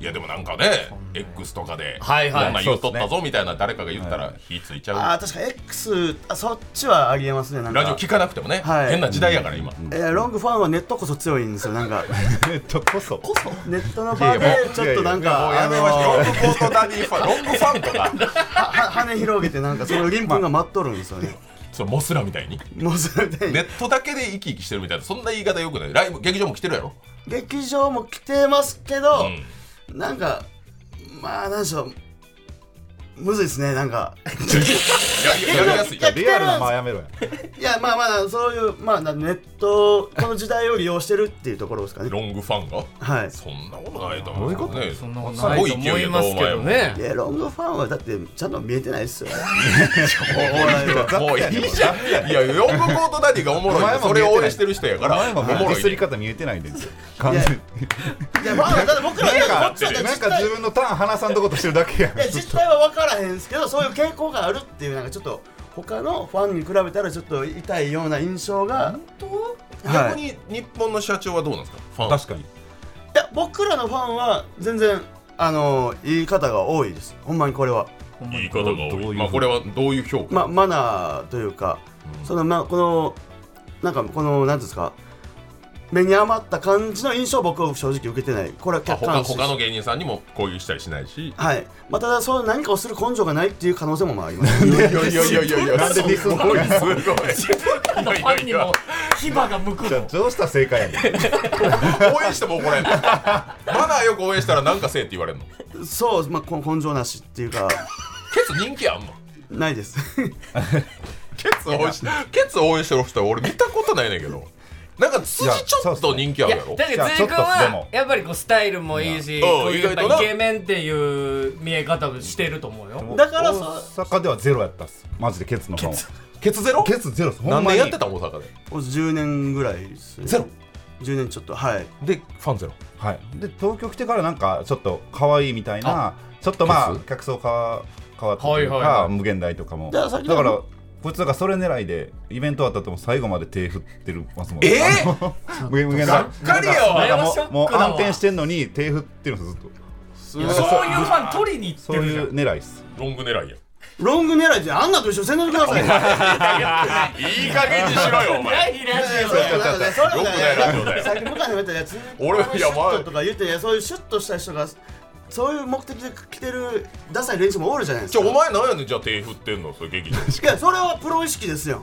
Speaker 1: いやでもなんかね X とかで
Speaker 2: はいはい
Speaker 1: こんなん言うとったぞみたいな誰かが言ったら火ついち
Speaker 4: あ
Speaker 1: ゃ
Speaker 4: あ確か X あそっちはありえますねな
Speaker 1: うん
Speaker 4: か
Speaker 1: ラジオ聞かなくてもね
Speaker 4: はい
Speaker 1: 変な時代やから今
Speaker 4: いやロングファンはネットこそ強いんです よなんか
Speaker 3: えっとこそ
Speaker 4: ネットの場でちょっとなんか
Speaker 1: もうやめましょうロングコートダディファンロングファンとか
Speaker 4: あのは羽広げてなんかその鱗粉が待っとるんです よね
Speaker 1: それモスラみたいに
Speaker 4: もうそれで
Speaker 1: ネットだけで生き生きしてるみたいなそんな言い方よくないライブ劇場も来てるやろ
Speaker 4: 劇場も来てますけど
Speaker 1: う、ん
Speaker 4: なんかまあなんでしょうむずいですねなんか
Speaker 1: ややりやすい
Speaker 4: いや
Speaker 3: リアルなまあやめろや
Speaker 4: いやまあまあそういうまあなネットこの時代を利用してるっていうところですかね
Speaker 1: ロングファンが
Speaker 4: はい
Speaker 1: そんなことないと思うけどね
Speaker 2: そんなことないと思いますけど
Speaker 4: い
Speaker 2: ね
Speaker 4: やロングファンはだってちゃんと見えてないっ すよ
Speaker 1: もういいじゃんいやロングコートダディがおもろいねそれを応援してる人や
Speaker 3: お
Speaker 1: から
Speaker 3: 前
Speaker 1: お
Speaker 3: ももう
Speaker 1: も
Speaker 3: ディ
Speaker 1: ろい
Speaker 3: スり
Speaker 1: ね
Speaker 3: 方見えてないんですよ完全に
Speaker 4: いやファンはだって僕ら
Speaker 3: な
Speaker 4: は
Speaker 3: ん
Speaker 4: こっちだって
Speaker 3: かなん
Speaker 4: 実
Speaker 3: か
Speaker 4: 態
Speaker 3: 自分のターン話さんとことしてるだけやん
Speaker 4: いや実態は分からへんすけどそういう傾向があるっていうなんかちょっと他のファンに比べたらちょっと痛いような印象がは
Speaker 1: 逆
Speaker 4: い、い
Speaker 1: に日本の社長はどうなんですかファン
Speaker 3: 確かに
Speaker 4: や僕らのファンは全然あの言い方が多いですほんまにこれは
Speaker 1: 言い方が
Speaker 3: どういう
Speaker 1: 多
Speaker 3: ふ
Speaker 1: い
Speaker 3: うに
Speaker 1: まあこれはどういう評価
Speaker 4: ま、マナーというか、そのまこのなんかこのなんていうんですか目に余った感じの印象を僕は正直受けてないこれは
Speaker 1: あ
Speaker 4: 客
Speaker 1: 他
Speaker 4: 観視
Speaker 1: 他の芸人さんにも攻撃したりしないし
Speaker 4: はい、まあ、ただそう何かをする根性がないっていう可能性もまああります
Speaker 1: いやいやいやいやいやいや
Speaker 3: なんでディスんの
Speaker 1: すごいすごい
Speaker 2: あのファンにも牙が向く
Speaker 3: じゃあ
Speaker 2: の
Speaker 3: どうしたら正解やねん
Speaker 1: 応援しても怒られんのマナーよく応援したらなんかせえって言われるのケ
Speaker 4: そう、まあ、こ根性なしっていうか
Speaker 1: ツ人気あんの
Speaker 4: ないです
Speaker 1: ケツ応援しケツ応援してる人は俺見たことないねんけどなんか辻ちょっと人気あ
Speaker 2: い
Speaker 1: る
Speaker 2: や
Speaker 1: やろ
Speaker 2: だけど
Speaker 3: じゃあ
Speaker 2: 随分
Speaker 3: ちょっとで
Speaker 2: は
Speaker 3: も
Speaker 2: やっぱりこうスタイルもいいし
Speaker 1: うん
Speaker 2: こういうやっ
Speaker 1: 意外と
Speaker 2: ぱ
Speaker 1: な
Speaker 2: イケメンっていう見え方をしてると思うよ
Speaker 4: だからそう
Speaker 3: 大阪ではゼロやったっすマジでケツのファンは
Speaker 1: ケツゼロ
Speaker 3: ケツゼロっすほんま
Speaker 1: 何
Speaker 3: に
Speaker 1: 年やってた大阪で
Speaker 4: もう10年ぐらいですね
Speaker 1: ゼロ
Speaker 4: 10年ちょっとはい
Speaker 1: でファンゼロ
Speaker 3: はい、で東京来てからなんかちょっと可愛いみたいなちょっとまあ
Speaker 1: ケツ
Speaker 3: 客層か変わったというか、
Speaker 2: はいはいはい
Speaker 3: 無限大とかも
Speaker 4: だか
Speaker 3: だ
Speaker 4: ら
Speaker 3: か
Speaker 4: さっ
Speaker 3: ら
Speaker 4: きの
Speaker 3: こいつなんかそれ狙いでイベントあったとも最後まで手振ってるますもん
Speaker 1: えー
Speaker 3: あの無限無限大
Speaker 1: がっかりよ
Speaker 3: なんか
Speaker 2: あれは
Speaker 3: も
Speaker 2: ショッ
Speaker 3: う
Speaker 2: ク
Speaker 3: もう
Speaker 2: だわ
Speaker 3: 暗転してんのに手振ってるんですよずっと
Speaker 2: そういうファン取りに行って
Speaker 3: そう
Speaker 2: るじ
Speaker 3: い
Speaker 2: ゃん
Speaker 3: う狙いっす
Speaker 1: ロング狙いや
Speaker 4: ロング狙いであんなと一緒にせんといてくださいよ
Speaker 1: いい加減にしろよお前
Speaker 2: いやいやいや
Speaker 4: それはなんかそれは
Speaker 1: よくないラジオだよ
Speaker 4: さっき向井の言ったやつ
Speaker 1: 俺はいや
Speaker 4: シュッ
Speaker 1: まあ
Speaker 4: ととか言っていやそういうシュッとした人がそういう目的で来てるダサい練習もおるじゃないです
Speaker 1: じゃ
Speaker 4: か
Speaker 1: あお前なんやねんじゃあ手振ってんのそれ劇場
Speaker 4: いやそれはプロ意識ですよ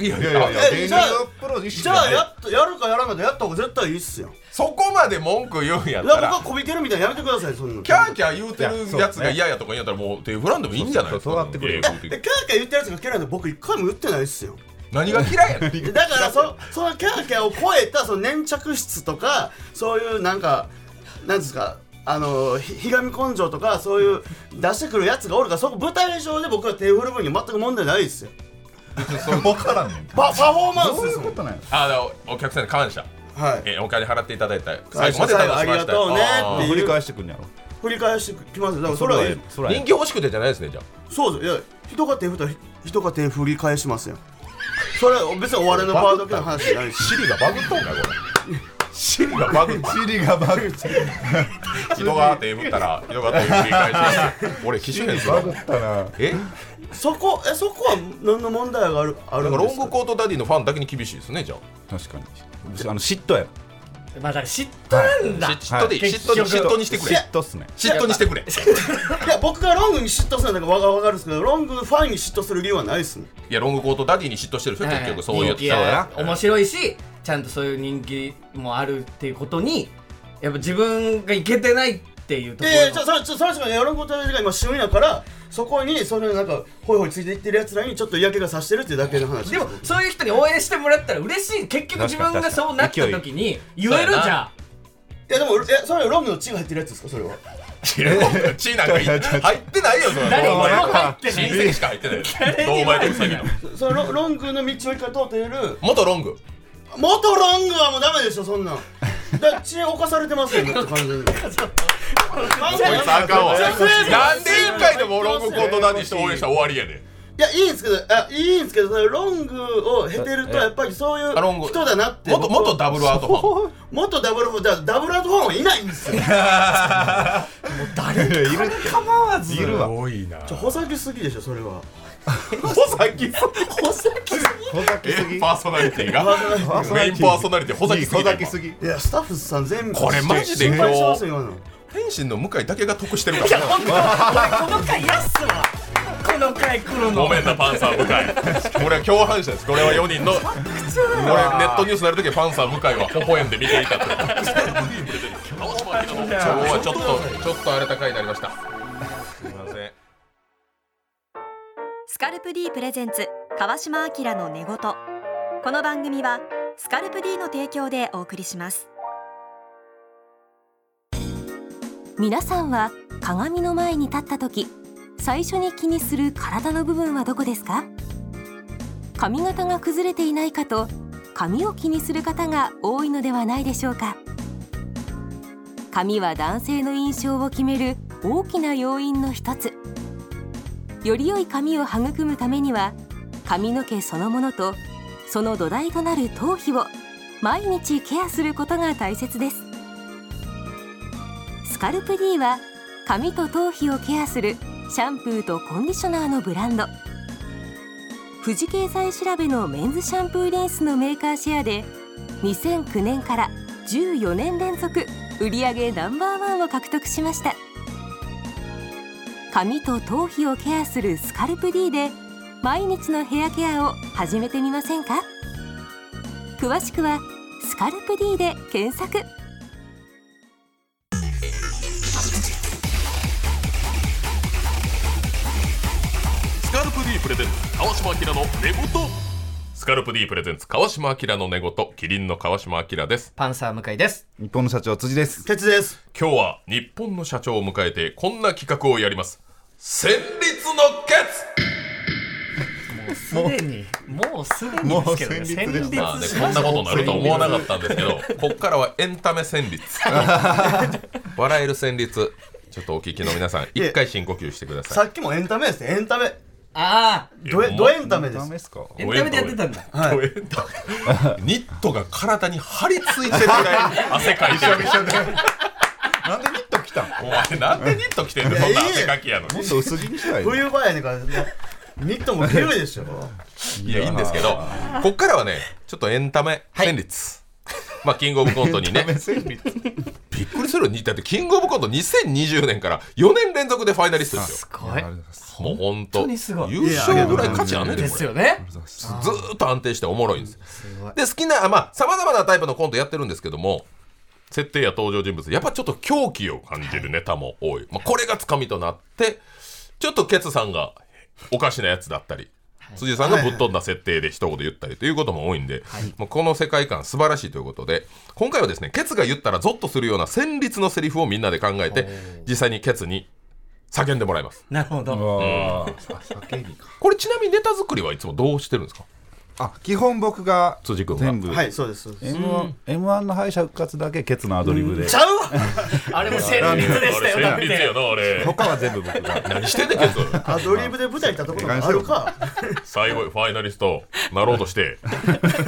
Speaker 1: いや
Speaker 3: いやいやいや
Speaker 4: え
Speaker 3: 芸
Speaker 4: じ
Speaker 3: 人
Speaker 4: ゃあ
Speaker 3: のプロ意識
Speaker 4: じ
Speaker 3: が
Speaker 4: ゃあ
Speaker 3: ね
Speaker 4: やっとやるかやらんかでやった方が絶対いいっすよ
Speaker 1: そこまで文句言うんやっ
Speaker 4: だか
Speaker 1: た
Speaker 4: ら
Speaker 1: ら
Speaker 4: 僕はこびてるみたいなのやめてくださいそんなの
Speaker 1: キャーキャー言うて
Speaker 3: いやそ
Speaker 1: る
Speaker 3: う
Speaker 1: やつが嫌やとか言うんやったらもう手振らんでもいいんじゃないですか
Speaker 3: そうそうそうそう尖ってくる
Speaker 1: 芸
Speaker 4: でキャー
Speaker 1: 風的に
Speaker 4: キャー言ってるやつがキャラで僕一回も言ってないっすよ
Speaker 1: 何が嫌いやねん
Speaker 4: で だからそそのキャーキャーを超えたその粘着質とかそういうなんかなんですかあのひひがみ根性とかそういう出してくるやつがおるからそこ舞台上で僕は手振る分には全く問題ないですよ
Speaker 3: 分からんねん
Speaker 4: パパフォーマン
Speaker 3: ど
Speaker 4: ス
Speaker 3: う
Speaker 4: で
Speaker 3: い
Speaker 4: す
Speaker 3: う
Speaker 4: も
Speaker 3: こ
Speaker 4: ん
Speaker 3: となんや
Speaker 1: あのお客さんに感謝、
Speaker 4: はい
Speaker 1: えーお金払っていただいた最
Speaker 4: 感謝
Speaker 1: 後まで楽しました
Speaker 4: 最後ありがとうね
Speaker 1: あ
Speaker 4: って
Speaker 1: ー
Speaker 3: 振り返してくんやろ
Speaker 4: 振り返してきますよだからそれは
Speaker 3: それは
Speaker 1: 人気欲しくてじゃないですねじゃ
Speaker 4: そうですよいや人が手振ったらひ人が手振り返しますよそれは別にお笑いのパートだけの話じゃないし
Speaker 1: あシリがバグっとんかこれシリがバグっ
Speaker 3: チリがバグチリ
Speaker 1: た人が手振ったら人が手振り返して俺機種変するわ
Speaker 3: バグったな
Speaker 1: え
Speaker 4: そこえそこは何の問題があるある
Speaker 1: だ
Speaker 4: ん
Speaker 1: から
Speaker 4: で
Speaker 1: ロ
Speaker 4: す
Speaker 1: ング
Speaker 4: か
Speaker 1: コートダディのファンだけに厳しいですねじゃ
Speaker 3: 確かにあの嫉妬や
Speaker 2: まあだから嫉妬なん
Speaker 1: あ
Speaker 2: だ
Speaker 1: し嫉妬でいい
Speaker 2: はい
Speaker 1: 嫉妬に
Speaker 2: 結
Speaker 1: 嫉
Speaker 2: 局
Speaker 1: 妬にしてくれ
Speaker 3: 嫉妬っすね
Speaker 1: 嫉妬にしてくれ
Speaker 4: いや僕がロングに嫉妬するのは分かるんですけどロングファンに嫉妬する理由はないですね
Speaker 1: いやロングコートダディに嫉妬してる人結局そういうやつ
Speaker 2: 人気や面白いしちゃんとそういう人気もあるっていうことにやっぱ自分がいけてないっていうところの、
Speaker 4: ええじゃあそれちょそれしかやることが今旬やからそこにそのなんかホイホイついていってるやつらにちょっと嫌気がさしてるっていうだけの話
Speaker 2: でもそういう人に応援してもらったら嬉しい結局自分がそうなった時に言えるじゃん
Speaker 4: いやでもえそれはロングの血が入ってるやつですかそれは
Speaker 1: チーなんかい入ってないよそれ
Speaker 2: 誰も
Speaker 1: 前
Speaker 2: 入ってない
Speaker 1: 親戚しか入ってない同前とウサギの
Speaker 4: そそのロロングの道を一回通っている
Speaker 1: 元ロング
Speaker 4: 元ロングはもうダメでしょそん なんだから血を犯されてますよねって感じに
Speaker 1: こいつあかんわなんで一回でもロングコートダディして応援したら終わりやで
Speaker 4: いやいいんですけどあいいんですけどそれロングを経てるとやっぱりそういう
Speaker 1: あロング
Speaker 4: 人だなって
Speaker 1: 元
Speaker 4: 僕は
Speaker 1: 元ダブルアートファン
Speaker 4: 元ダブルフォンだからダブルアートファンはいないんですよ
Speaker 3: いる
Speaker 2: 構わず
Speaker 3: いるわ
Speaker 1: 多いな
Speaker 4: ちょほざきすぎでしょそれは
Speaker 1: ほさき
Speaker 2: お先に
Speaker 3: ほざきすぎ
Speaker 1: えパーソナリティが
Speaker 3: パーソナ
Speaker 1: メイ
Speaker 3: リ
Speaker 1: ン
Speaker 3: ティ
Speaker 1: パーソナリティほざきすぎだ
Speaker 3: ほざ
Speaker 1: 今
Speaker 3: きすぎ
Speaker 4: いやスタッフさん全部
Speaker 1: これマジで
Speaker 4: 心配
Speaker 1: 今
Speaker 4: して
Speaker 1: 日
Speaker 4: ますよ今の
Speaker 1: 天心の向井だけが得してるから
Speaker 2: この回やっすわこの回来るの
Speaker 1: ごめんなパンサー向井これは共犯者ですこれは4人のこれネットニュースになるときはパンサー向井は微笑んで見ていたと今日はちょっとちょっと荒れた回になりましたすみません
Speaker 5: スカルプ D プレゼンツ川島明の寝言この番組はスカルプ D の提供でお送りします皆さんは鏡の前に立った時最初に気にする体の部分はどこですか髪型が崩れていないかと髪を気にする方が多いのではないでしょうか髪は男性の印象を決める大きな要因の一つより良い髪を育むためには髪の毛そのものとその土台となる頭皮を毎日ケアすることが大切ですスカルプ D は髪と頭皮をケアするシャンプーとコンディショナーのブランド富士経済調べのメンズシャンプーリンスのメーカーシェアで2009年から14年連続売上ナンバーワンを獲得しました髪と頭皮をケアするスカルプ D で毎日のヘアケアを始めてみませんか詳しくは「スカルプ D」で検索
Speaker 1: スカルプ D プレゼンツ川島明の寝言スカルプ D プレゼンツ川島明の寝言キリンの川島明です
Speaker 2: パンサー向井です
Speaker 3: 日本の社長辻です
Speaker 4: 鉄です
Speaker 1: 今日は日本の社長を迎えてこんな企画をやります戦慄のケツ
Speaker 2: すでにもうすでにですけどね
Speaker 3: もう
Speaker 2: 戦
Speaker 3: 戦慄で
Speaker 2: 慄
Speaker 3: す
Speaker 1: まあねこんなことになるとは思わなかったんですけ どこっからはエンタメ戦 慄笑える戦慄ちょっとお聞きの皆さん一回深呼吸してくださ
Speaker 4: さっきもエンタメですねエンタメ
Speaker 2: ああ
Speaker 1: い
Speaker 4: ドエ
Speaker 1: いや
Speaker 4: ドエンタメで
Speaker 3: ダメ
Speaker 4: す
Speaker 3: ですか
Speaker 2: エンタメでやってたんだ
Speaker 1: もうエンタメニットが体に張り付いてるぐらい 汗かいてる
Speaker 3: なんでニット来たん
Speaker 1: お前なんでニット着てんのそんな汗かきやのに
Speaker 3: もっと薄着にしたらいいの
Speaker 4: 冬場やねんからねニットも広いでしょ
Speaker 1: いや、いいんですけど、こっからはね、ちょっとエンタメ戦慄。まあ、キングオブコントにね、びっくりするに、だってキングオブコント2020年から4年連続でファイナリストです
Speaker 2: す
Speaker 1: よ。
Speaker 2: ごい
Speaker 1: もう本当、
Speaker 2: 本当にすごい
Speaker 1: 優勝ぐらい価値あんねんで、
Speaker 2: で
Speaker 1: こ
Speaker 2: す
Speaker 1: れ。
Speaker 2: よね
Speaker 1: ずーっと安定しておもろいんです。で、好きな、あまあ、さまざまなタイプのコントやってるんですけども、設定や登場人物、やっぱちょっと狂気を感じるネタも多い。まあ、これがつかみとなって、ちょっとケツさんがおかしなやつだったり、辻さんがぶっ飛んだ設定で一言言ったりということも多いんで、まあこの世界観素晴らしいということで、今回はですね、ケツが言ったらゾッとするような旋律のセリフをみんなで考えて、実際にケツに叫んでもらいます。
Speaker 2: なるほど
Speaker 3: あー酒にか
Speaker 1: これちなみにネタ作りはいつもどうしてるんですか
Speaker 3: あ基本僕が
Speaker 1: 辻君が
Speaker 3: 全部
Speaker 4: はいそうですそうです
Speaker 3: M1 M1 の敗者復活だけケツのアドリブで
Speaker 4: ちゃうわ
Speaker 2: あれも戦慄でしたよだっ
Speaker 1: 俺戦慄
Speaker 2: て
Speaker 1: やな、俺。
Speaker 3: 他は全部僕が
Speaker 1: 何してんねんけど
Speaker 4: アドリブで舞台行ったところあるか
Speaker 1: 最後ファイナリストなろうとして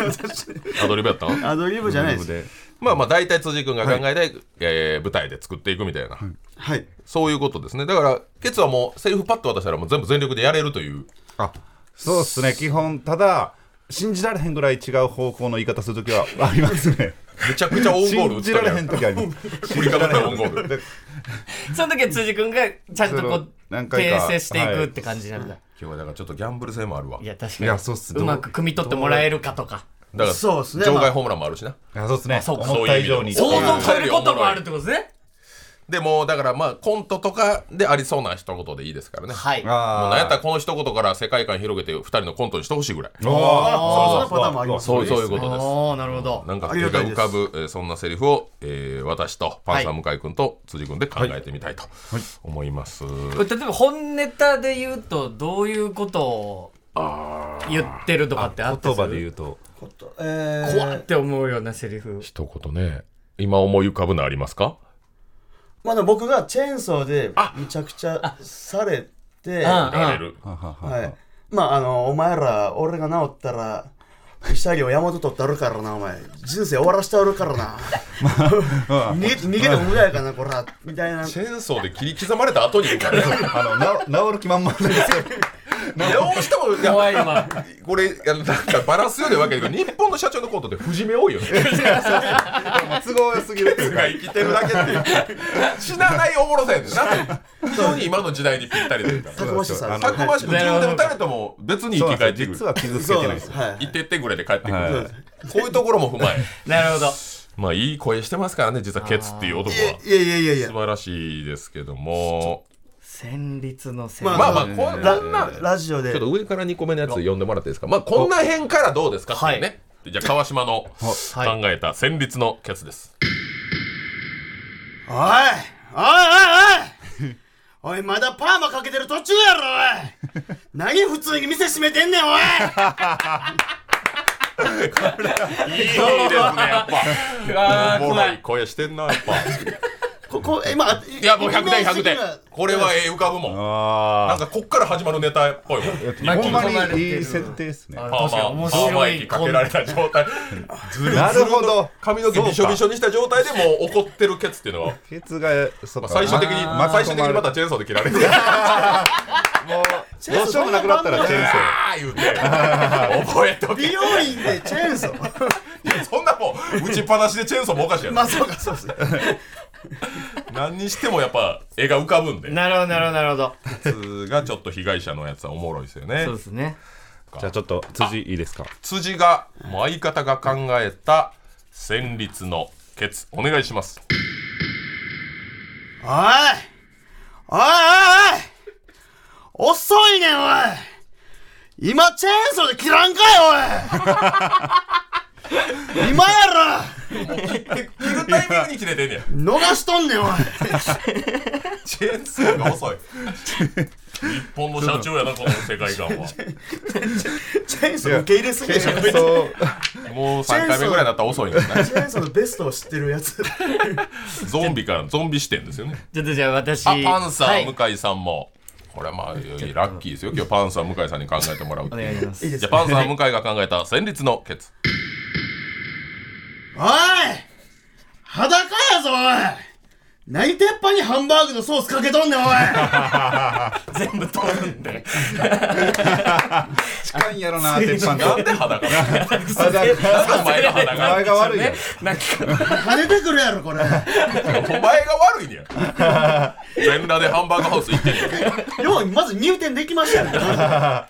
Speaker 1: アドリブやったん
Speaker 4: アドリブじゃないです
Speaker 1: まあまあ大体辻君が考えて、えー舞台で作っていくみたいな、
Speaker 4: はい
Speaker 1: そういうことですねだからケツはもうセリフパッと渡したらもう全部全力でやれるという
Speaker 3: あそうっすね基本ただ信じられへんぐらい違う方向の言い方するときはありますね
Speaker 1: めちゃ くちゃオウンゴール打っ
Speaker 3: 信
Speaker 1: て
Speaker 3: じら
Speaker 1: た
Speaker 3: れ
Speaker 1: や
Speaker 3: へん
Speaker 1: ん
Speaker 3: ときあります
Speaker 1: 振りかぶった オウンゴール
Speaker 3: で
Speaker 2: その時は辻君がちゃんとこう
Speaker 3: 何回か
Speaker 2: 訂正していくって感じなんだ
Speaker 1: 今日はだからちょっとギャンブル性もあるわ
Speaker 2: いや確
Speaker 3: い
Speaker 2: か
Speaker 3: や
Speaker 2: に
Speaker 3: そうっす
Speaker 2: うまく汲み取ってもらえるかとか
Speaker 1: だから
Speaker 4: そうですね
Speaker 1: 場
Speaker 4: ま
Speaker 1: 外
Speaker 4: あ
Speaker 1: ホームランもあるしな
Speaker 3: あそうっすね
Speaker 2: そうか
Speaker 3: 思った以上に
Speaker 1: そ
Speaker 2: 想
Speaker 1: ういう意味で
Speaker 2: 像を超えることもあるってことですね
Speaker 1: でもうだからまあコントとかでありそうな一言でいいですからね
Speaker 2: はい
Speaker 1: もうなんやったら
Speaker 3: あ
Speaker 1: この一言から世界観広げて2人のコントにしてほしいぐらい
Speaker 3: ーあ
Speaker 4: あーそんなパターンもあります
Speaker 1: そうそういうことです
Speaker 2: ああなるほど
Speaker 1: なんか
Speaker 4: ありがたい
Speaker 1: 手
Speaker 4: で
Speaker 1: が浮
Speaker 4: す
Speaker 1: かぶ、えーそんなセリフを、えー私とパンサー
Speaker 2: は
Speaker 1: 向井君と辻君で考えてみたいと思います。
Speaker 2: これ例えば本ネタで言うとどういうことを言ってるとかってあったり
Speaker 3: 言
Speaker 2: す
Speaker 3: 葉
Speaker 2: る
Speaker 3: で言うと
Speaker 4: ことえー
Speaker 2: 怖って思うようなセリフ
Speaker 1: 一言ね今思い浮かぶのありますか
Speaker 4: まあでも僕がチェーンソーでめちゃくちゃされて、
Speaker 2: あ
Speaker 1: やれる
Speaker 3: ははは
Speaker 4: はい。まああの、お前ら、俺が治ったら、下着を山本取ってあるからな、お前。人生終わらしてあるか らな。逃げ逃げても無駄やからな、こら。みたいな。
Speaker 1: チェーンソーで切り刻まれた後に
Speaker 3: あのな治る気満々なんですよ
Speaker 1: どうしてもいや
Speaker 2: 怖いわ
Speaker 1: これいやなんかバランスよりわけだけど日本の社長のコントって不死身多いよね。
Speaker 3: もう都合良すぎるというか
Speaker 1: が生きてるだけっていう死なないおもろさやねんな非常に今の時代にぴったりというか
Speaker 4: たくましさ。
Speaker 3: あの
Speaker 1: たくましく自分で打たれても別 に生き返ってくる
Speaker 3: 実は傷つけ
Speaker 4: そう
Speaker 3: てな
Speaker 4: な
Speaker 3: んいで
Speaker 4: で。
Speaker 3: すす
Speaker 4: そう
Speaker 3: よ
Speaker 4: なんですはい。
Speaker 1: 行ってってぐらいで帰ってくる、
Speaker 3: はい
Speaker 1: こういうところも踏まえ
Speaker 2: なるほど
Speaker 1: まあいい声してますからね実はケツっていう男は素
Speaker 4: いやいやいやいや。
Speaker 1: 晴らしいですけども
Speaker 2: 戦慄の戦
Speaker 4: まあ
Speaker 1: まあまあ
Speaker 4: う
Speaker 1: こん
Speaker 4: ラ
Speaker 1: こんな
Speaker 4: ラジオ
Speaker 1: ちょ
Speaker 4: で
Speaker 1: っと上から2個目のやつ読んでもらっていいですかまあこんな辺からどうですかっていうね、じゃあ川島の考
Speaker 4: はい
Speaker 1: えた旋律のケツです、
Speaker 4: おいおいおいおいおいまだパーマかけてる途中やろおい何普通に店閉めてんねんおい
Speaker 1: い、いですねやっぱ
Speaker 2: ー
Speaker 1: おもろ
Speaker 2: 怖
Speaker 1: い
Speaker 2: い
Speaker 1: 声してんなやっぱ
Speaker 4: ここ今
Speaker 1: いやもう100点100点
Speaker 4: イメージ的に
Speaker 1: これはええ浮かぶもんな
Speaker 3: あ
Speaker 1: んかこっから始まるネタっぽいもん日
Speaker 3: あ
Speaker 2: 巻
Speaker 1: 本
Speaker 3: ほ
Speaker 2: き込ま
Speaker 3: んま
Speaker 1: の
Speaker 2: れてる
Speaker 3: にいい設定ですね
Speaker 1: パーマパーマ液かけられた状 態
Speaker 3: なるほど
Speaker 1: 髪の毛びしょびしょにした状態でもう怒ってるケツっていうのは、
Speaker 3: ケツがそう
Speaker 1: まあ、
Speaker 3: か
Speaker 1: 最終的に
Speaker 3: ま
Speaker 1: 最終的にまたチェーンソーで切られて 「
Speaker 3: もうどうしようもなくなったらチェーンソー
Speaker 1: ああ!」言うて覚えと
Speaker 4: 美
Speaker 1: き
Speaker 4: 容院でチェーンソー
Speaker 1: そんなもん打ちっぱなしでチェーンソーもおかしい やろ
Speaker 4: まあそうかそうですね
Speaker 1: 何にしてもやっぱ絵が浮かぶんで
Speaker 2: なるほどなるほどなるほど
Speaker 1: ケツがちょっと被害者のやつはおもろいですよね
Speaker 2: そうですね
Speaker 3: じゃあちょっと辻いいですか
Speaker 1: 辻がもう相方が考えた旋律のケツお願いします
Speaker 4: おいおいおいおい遅いねんおい今チェーンソーで切らんかい おい今や
Speaker 1: 切る タイミングに切れてんねや
Speaker 4: ろ逃しとんねんおい
Speaker 1: チェーンソーが遅い日本の社長やなこの世界観 は
Speaker 4: チェーンソー受け入れすぎでしょ
Speaker 3: そう
Speaker 1: もう3回目ぐらいだったら遅いんですね
Speaker 4: チェーンソーのベストを知ってるやつ
Speaker 1: ゾンビからゾンビ視点ですよね
Speaker 2: ちょっとじゃあ私
Speaker 1: あパンサ
Speaker 2: は
Speaker 1: ー
Speaker 2: い
Speaker 1: 向井さんもこれはまあラッキーですよ今日パンサー向井さんに考えてもらうって
Speaker 2: お
Speaker 1: いう
Speaker 2: 願いします
Speaker 4: いいです
Speaker 1: じゃあ
Speaker 4: か
Speaker 1: パンサー向井が考えた旋律のケツ
Speaker 4: おい裸やぞおい何鉄板にハンバーグのソースかけとんねんおい
Speaker 2: 全部取るんで
Speaker 3: 近いんやろな鉄板
Speaker 1: な
Speaker 3: と
Speaker 1: んで裸なんだよお前の
Speaker 3: お
Speaker 1: 裸
Speaker 3: 前が悪 いやん
Speaker 2: なんか
Speaker 4: 跳ねてくるやろこ れ
Speaker 1: お前が悪いねや全裸でハンバーグハウス行ってんねや
Speaker 4: ようまず入店できましたよね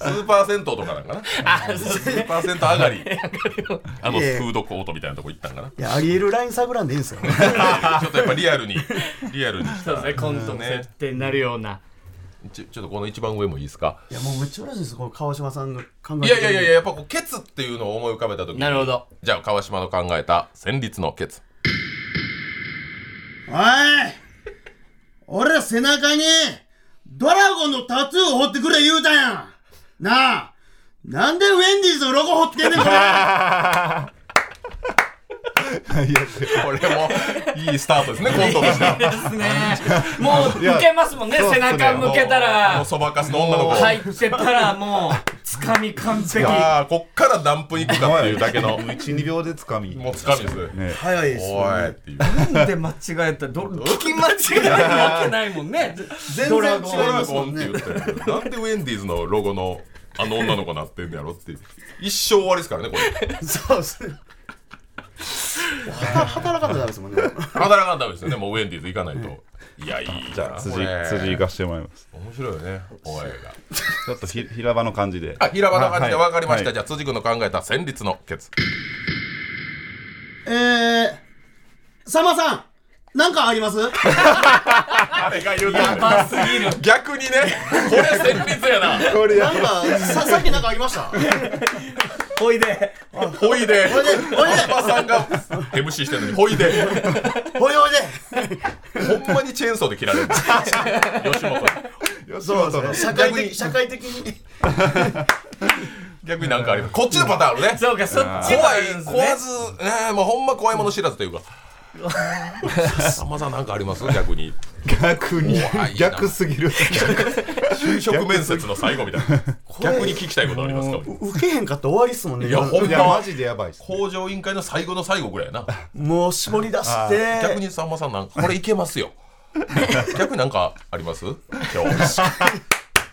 Speaker 1: スーパー銭湯とかなんかな
Speaker 2: あそうです
Speaker 1: スー
Speaker 2: ね
Speaker 1: パー銭湯 上がりあの
Speaker 4: いえ
Speaker 1: フードコートみたいなとこ行ったんかない
Speaker 4: やありえるライン探らんでいいんです よ
Speaker 1: ちょっとやっぱリアルにリアルにし
Speaker 2: そう
Speaker 1: た
Speaker 2: ですねコントの設定になるような
Speaker 1: ちょちょっとこの一番上もいいですか
Speaker 4: いやもうめっちゃ嬉しいですこの川島さんの考え
Speaker 1: いやいやいやいや
Speaker 4: や
Speaker 1: やっぱこうケツっていうのを思い浮かべた時に
Speaker 2: なるほど
Speaker 1: じゃあ川島の考えた旋律のケツ
Speaker 4: おい俺ら背中にドラゴンのタトゥーを彫ってくれ言うたやんなあなんでウェンディーズのロゴ彫ってんねんこれ
Speaker 1: これもいいスタートですねコントとしては
Speaker 2: ですねもう向けますもんね
Speaker 3: そうっ
Speaker 2: 背
Speaker 3: すね
Speaker 2: 中向け
Speaker 1: も
Speaker 2: たら
Speaker 1: うそばかすの女の子
Speaker 2: 入ってたらもう掴み完璧
Speaker 1: ああこっからダンプいくかっていうだけのも
Speaker 3: 12秒でつかみ
Speaker 1: うつかみですね
Speaker 3: ね
Speaker 4: 早いっす
Speaker 1: お
Speaker 4: よ
Speaker 1: いっ
Speaker 4: ね
Speaker 1: ていう
Speaker 2: なんで間違えたど聞き間違えるわけないもんね
Speaker 4: 全
Speaker 2: ドラ
Speaker 4: 然
Speaker 2: ゴン
Speaker 1: ド
Speaker 4: 違い
Speaker 1: ラ
Speaker 4: ます
Speaker 1: ゴ
Speaker 4: も
Speaker 1: ン
Speaker 4: ん
Speaker 1: って
Speaker 4: ね
Speaker 1: 言ったやつなんでウェンディーズのロゴのあの女の子なってんのやろって一生終わりですからねこれ
Speaker 4: そうっすね。は 働かんとダメですもんね。
Speaker 1: 働かんとダメですよねもうウェンディーズ行かないといやいいな
Speaker 3: じゃあ辻
Speaker 1: これ
Speaker 3: 辻行かしてもらいます
Speaker 1: 面白いよねおいが
Speaker 3: ちょっとひ平場の感じで
Speaker 1: あ平場の感じで
Speaker 3: はい
Speaker 1: 分かりました、
Speaker 3: はい
Speaker 1: じゃあ辻君の考えた旋律のケツ
Speaker 4: えー、さんまさん、なんかあります
Speaker 1: あれが言うと逆にねこれ旋律やな
Speaker 3: これ
Speaker 4: なんか、さ、さっきなんかありました
Speaker 2: おいで
Speaker 1: ほいで
Speaker 4: ほいでほいで
Speaker 1: おばさんが MC してるのにほいで
Speaker 4: ほいほい
Speaker 1: ほんまにチェーンソーで切られる吉本
Speaker 4: で。そうですね。社会的、社会的に。
Speaker 1: 逆になんかありますこっちのパターンあるね
Speaker 2: そうかそっちもあ
Speaker 1: 怖い
Speaker 2: るんです
Speaker 1: 怖
Speaker 2: ね
Speaker 1: ずねもうほんま怖いもの知らずというかさんまさんなんかあります逆に
Speaker 3: 逆に
Speaker 1: 怖いな
Speaker 3: 逆すぎる
Speaker 1: 就職面接の最後みたいな逆に聞きたいことありますか
Speaker 4: もう受けへんかったら終わりっすもんね。
Speaker 1: いやほん
Speaker 3: いやマジでやばいっす
Speaker 1: 工場委員会の最後の最後ぐらいやな
Speaker 4: もう絞り出し
Speaker 1: 逆
Speaker 4: て。
Speaker 1: にさんまさんなんかこれいけますよ逆になんかあります今日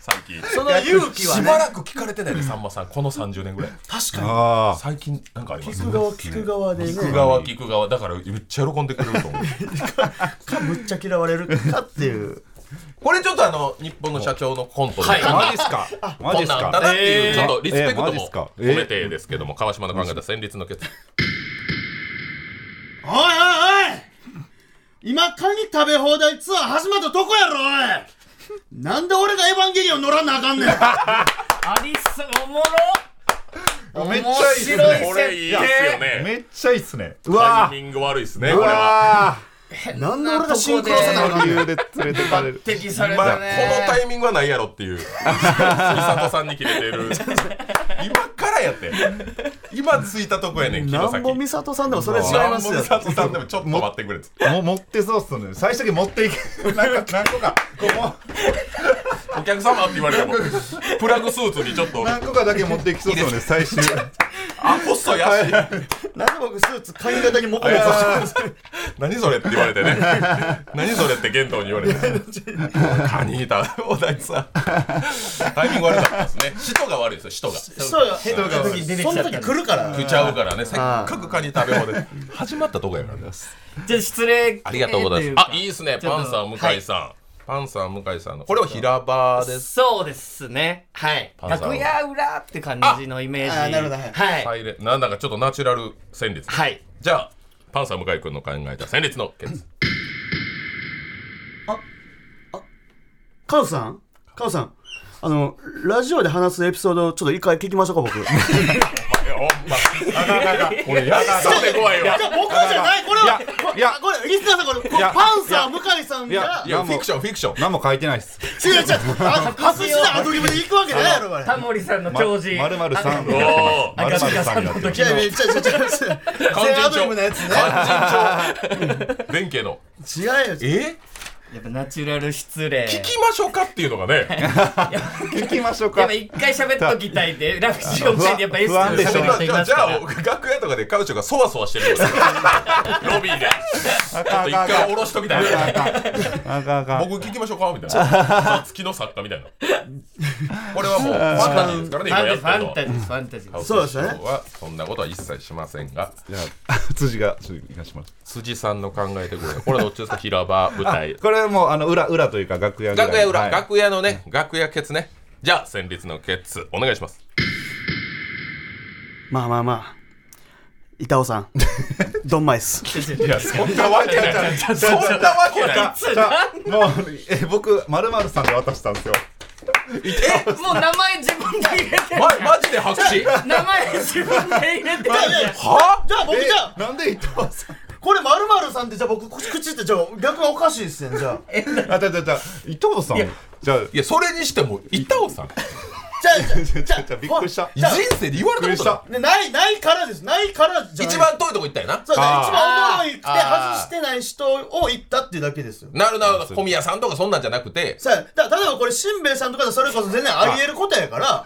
Speaker 1: 最近
Speaker 4: その勇気は
Speaker 1: し
Speaker 4: ね。
Speaker 1: ばらく聞かれてないでさんまさんこの30年ぐらい
Speaker 4: 確かに。
Speaker 3: あ
Speaker 1: 最近なんかあります
Speaker 4: 聞く側、聞く側でね。
Speaker 1: 聞く側聞く側だからめっちゃ喜んでくれると思う
Speaker 4: か、むっちゃ嫌われるかっていう。
Speaker 1: これちょっとあの日本の社長のコントで、
Speaker 2: はい
Speaker 3: あマジっすかマジ
Speaker 1: こ
Speaker 3: っ
Speaker 1: ん
Speaker 3: す
Speaker 1: なんあっ
Speaker 3: か
Speaker 1: たなっていう、
Speaker 2: えー
Speaker 1: ちょっとリスペクトも
Speaker 3: えーマジっすかえー
Speaker 1: 込めてですけども、川島の考えた戦慄の決
Speaker 4: おいおいおい今カニ食べ放題ツアー始まったとこやろおいなんで俺がエヴァンゲリオン乗らなあかんねん
Speaker 2: ありそうおもろ
Speaker 3: めっちゃいいっすね
Speaker 2: 面白
Speaker 1: これいいですよね
Speaker 3: めっちゃいいっすねう
Speaker 1: タ
Speaker 3: わ
Speaker 1: イミング悪いですね
Speaker 3: ー
Speaker 1: こ
Speaker 3: う
Speaker 1: れは
Speaker 3: わ
Speaker 4: なんで俺がシンクロさなあ
Speaker 3: ー
Speaker 4: かん
Speaker 3: 理
Speaker 4: ねん
Speaker 3: 由で連れてか れる
Speaker 2: 敵され
Speaker 1: まあ
Speaker 2: た
Speaker 1: この
Speaker 2: ね、
Speaker 1: タイミングはないやろっていう美里さんに切れて る今からやって今着いたとこやねん
Speaker 4: な
Speaker 1: 城
Speaker 4: ん
Speaker 1: 崎
Speaker 4: ぼ美里さんでもそれは違いますよ
Speaker 1: なんぼ美里さんでもちょっと待ってくれっつって
Speaker 3: も持ってそうっすね最初に持っていけなんか何個かこうも
Speaker 1: お客様って言われてもプラグスーツにちょっと
Speaker 3: 何個かだけ持っていきそうっすよね最終
Speaker 1: あこっそやし
Speaker 4: なんで僕スーツ髪型にもこもこ
Speaker 1: 何それって言われてね何それって玄東に言われてカニいたお大地さんタイミング悪かったですね人が悪いですよ人が
Speaker 4: してそうよ
Speaker 2: 人が出てきちゃ
Speaker 4: そ
Speaker 2: っ
Speaker 4: の
Speaker 2: た
Speaker 4: 時来るから
Speaker 1: 食っちゃうからねせっかくカニ食べ放題始まったとこやからね
Speaker 2: じゃあ失礼
Speaker 1: ありがとうござい
Speaker 2: えー
Speaker 1: ます
Speaker 2: と
Speaker 1: あ
Speaker 2: うか
Speaker 1: いいですね
Speaker 2: ちょっと
Speaker 1: パンサー向井さん、パンサー向井さんのこれは平場です
Speaker 2: そうですねはい
Speaker 1: パンサーは
Speaker 2: 楽屋裏って感じのイメージ
Speaker 4: ああなるほどはい
Speaker 2: はい、
Speaker 1: 入れなんだかちょっとナチュラル旋律
Speaker 2: はい、
Speaker 1: じゃあパンサー向井君の考えた旋律のケツ
Speaker 4: カオさんカオさんあのラジオで話すエピソードちょっと一回聞きましょうか僕
Speaker 1: いやほんまこれやっそうで怖いよ
Speaker 4: 僕じゃないこれはい
Speaker 3: や
Speaker 4: これリスナーさんこれこれ
Speaker 3: いや
Speaker 4: パンサー向井さん
Speaker 3: いや
Speaker 4: が
Speaker 1: い
Speaker 4: 違う違う
Speaker 1: やフィクションフィクション
Speaker 3: 何も書いてないっす
Speaker 4: あ初出アドリブで行くわけないやろこれ
Speaker 2: タモリさんの教示
Speaker 3: まるまるさん
Speaker 1: おー
Speaker 3: まるまるさんになってま
Speaker 4: い
Speaker 3: す
Speaker 4: やいや違う違う違う正アドリブのやつ
Speaker 1: 弁慶の
Speaker 4: ね違うよ
Speaker 1: え
Speaker 2: やっぱナチュラル失礼
Speaker 1: 聞きましょうかっていうのがね
Speaker 3: 聞きましょう
Speaker 2: やっ
Speaker 3: か
Speaker 2: ぱ一回喋っときたいでラフションチェンでやっぱエス
Speaker 3: 不安でしょ
Speaker 1: じ
Speaker 3: う
Speaker 2: 喋
Speaker 1: ゃ
Speaker 2: っていき
Speaker 1: あ
Speaker 2: ます
Speaker 1: じ
Speaker 2: か
Speaker 1: ゃ
Speaker 2: ら
Speaker 1: あ楽屋とかで彼女がそわそわしてるよロビーでちょっと一回下ろしときたい
Speaker 3: あかんあかんあかん
Speaker 1: 僕聞きましょうかみたいな月の作家みたいなこれはもうファンタジーですからね今や
Speaker 2: ファン
Speaker 1: って
Speaker 2: タ
Speaker 1: る
Speaker 2: ジーですファンタジ
Speaker 1: の
Speaker 2: ーで
Speaker 1: は
Speaker 2: す
Speaker 4: そうですよね
Speaker 1: はそんなことは一切しませんが
Speaker 3: じゃあ辻がちょっと行かしてもらって
Speaker 1: 辻さんの考えてくれこれはどっちですか平場舞台
Speaker 3: これもうあの裏裏というか楽屋ぐらい
Speaker 1: 楽屋裏、
Speaker 3: はい
Speaker 1: 楽屋のね、楽屋ケツねじゃあ戦慄のケツお願いします
Speaker 4: まあまあまあ板尾さんドンマイス
Speaker 1: いやそんなわけないそんなわけない
Speaker 3: じゃあもうえ僕まるまるさんで渡したんですよ
Speaker 2: もう名前自分で入れてる
Speaker 1: ま、マジで白紙
Speaker 2: 名前自分で入れてる
Speaker 1: は
Speaker 4: じゃあ僕じゃあ
Speaker 3: えなんで伊藤さん
Speaker 4: これまるまるさんってじゃあ僕口口ってじゃあ逆がおかしいっすねじゃあ
Speaker 3: あじゃあじゃあじゃあ伊藤さんじゃあ
Speaker 1: いや、それにしても、板尾さん、
Speaker 4: じゃあじゃあ
Speaker 3: じゃあ
Speaker 4: じゃあ
Speaker 3: じゃあびっくりした
Speaker 1: 人生で言われたことな
Speaker 4: ねないないからですないからじ
Speaker 1: い
Speaker 4: ゃない
Speaker 1: 一番遠いとこ行ったよな。
Speaker 4: そうだ
Speaker 3: あー
Speaker 4: 一番おもろいくて
Speaker 1: あー
Speaker 4: 外してない人を言ったっていうだけですよ
Speaker 1: なるなるほど、小宮さんとかそんなんじゃなくて、
Speaker 4: さあだから例えばこれしんべヱさんとかでそれこそ全然ありえることやから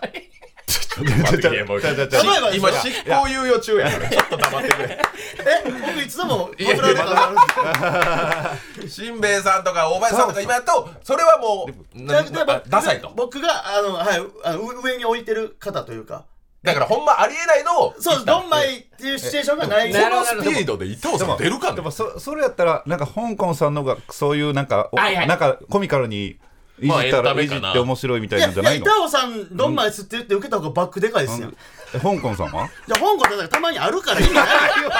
Speaker 3: じゃあじゃあ
Speaker 1: いやもう
Speaker 3: じゃあじゃあじゃあ
Speaker 4: 例えばです
Speaker 1: 今、
Speaker 4: よ
Speaker 1: 執行猶予中や から、ちょっと黙ってくれ。
Speaker 4: え僕いつでも僕らでから
Speaker 1: しんべヱさんとか、おばさんとか今やと、それはもう、な
Speaker 4: 例えば
Speaker 1: なダサいと。
Speaker 4: 僕があの、はい、あのう上に置いてる方というか
Speaker 1: だから、ほんまありえないのを、
Speaker 4: そうですドンマイっていうシチュエーションがない
Speaker 2: なるほ
Speaker 1: このスピードで伊藤さん出るか
Speaker 3: で
Speaker 1: ね
Speaker 3: もそそれやったらなんか香港さんの方がそういうなんか、お
Speaker 2: はいはい
Speaker 3: なんかコミカルにいじ
Speaker 1: まあ
Speaker 3: ったら、
Speaker 1: エンタ
Speaker 3: いじ
Speaker 1: メかな
Speaker 3: って面白いみたい
Speaker 4: い
Speaker 3: なん
Speaker 4: やい
Speaker 3: じゃな
Speaker 4: や
Speaker 3: いの
Speaker 4: 板尾さんドンマイスって言って受けた方がバックでかいですよ、ん、い
Speaker 3: え香港さんは
Speaker 4: や香港だからたまにあるから意味ないよ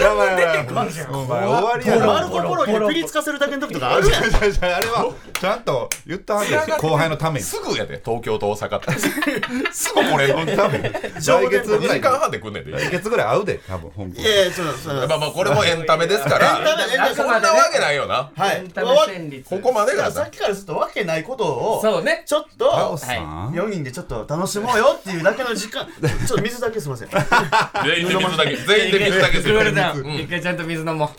Speaker 3: やばいやばいやばいお前終わりやろ
Speaker 4: 丸心にピリつかせるだけの時とかあるやん
Speaker 3: じゃあじゃああれはちゃんと言ったはずです後輩のために
Speaker 1: すぐやで、東京と大阪 って。すぐこれ、
Speaker 3: 多分来月ぐ
Speaker 1: 2
Speaker 3: ら
Speaker 1: 時
Speaker 3: い
Speaker 1: 間半で来んねんで。
Speaker 3: 来月ぐらい会うで多分香港
Speaker 4: いやいやそうそう
Speaker 1: まあまあ、これもエンタメですか
Speaker 4: エンタ
Speaker 1: ら、
Speaker 4: メエンタメ
Speaker 1: そんなわけないよな。
Speaker 4: は
Speaker 2: エ
Speaker 4: い
Speaker 2: ンタメ戦律
Speaker 1: ここまで
Speaker 4: だか
Speaker 1: が
Speaker 4: らさっきからずっとわけないことを
Speaker 2: そうね
Speaker 4: ちょっ
Speaker 3: あお
Speaker 4: と
Speaker 3: っさん、
Speaker 4: 4人でちょっと楽しもうよっていうだけの時間ちょっと水だけすいません
Speaker 1: 全員で水だけ、全員で水だけする。うん
Speaker 2: 一回ちゃんと水飲も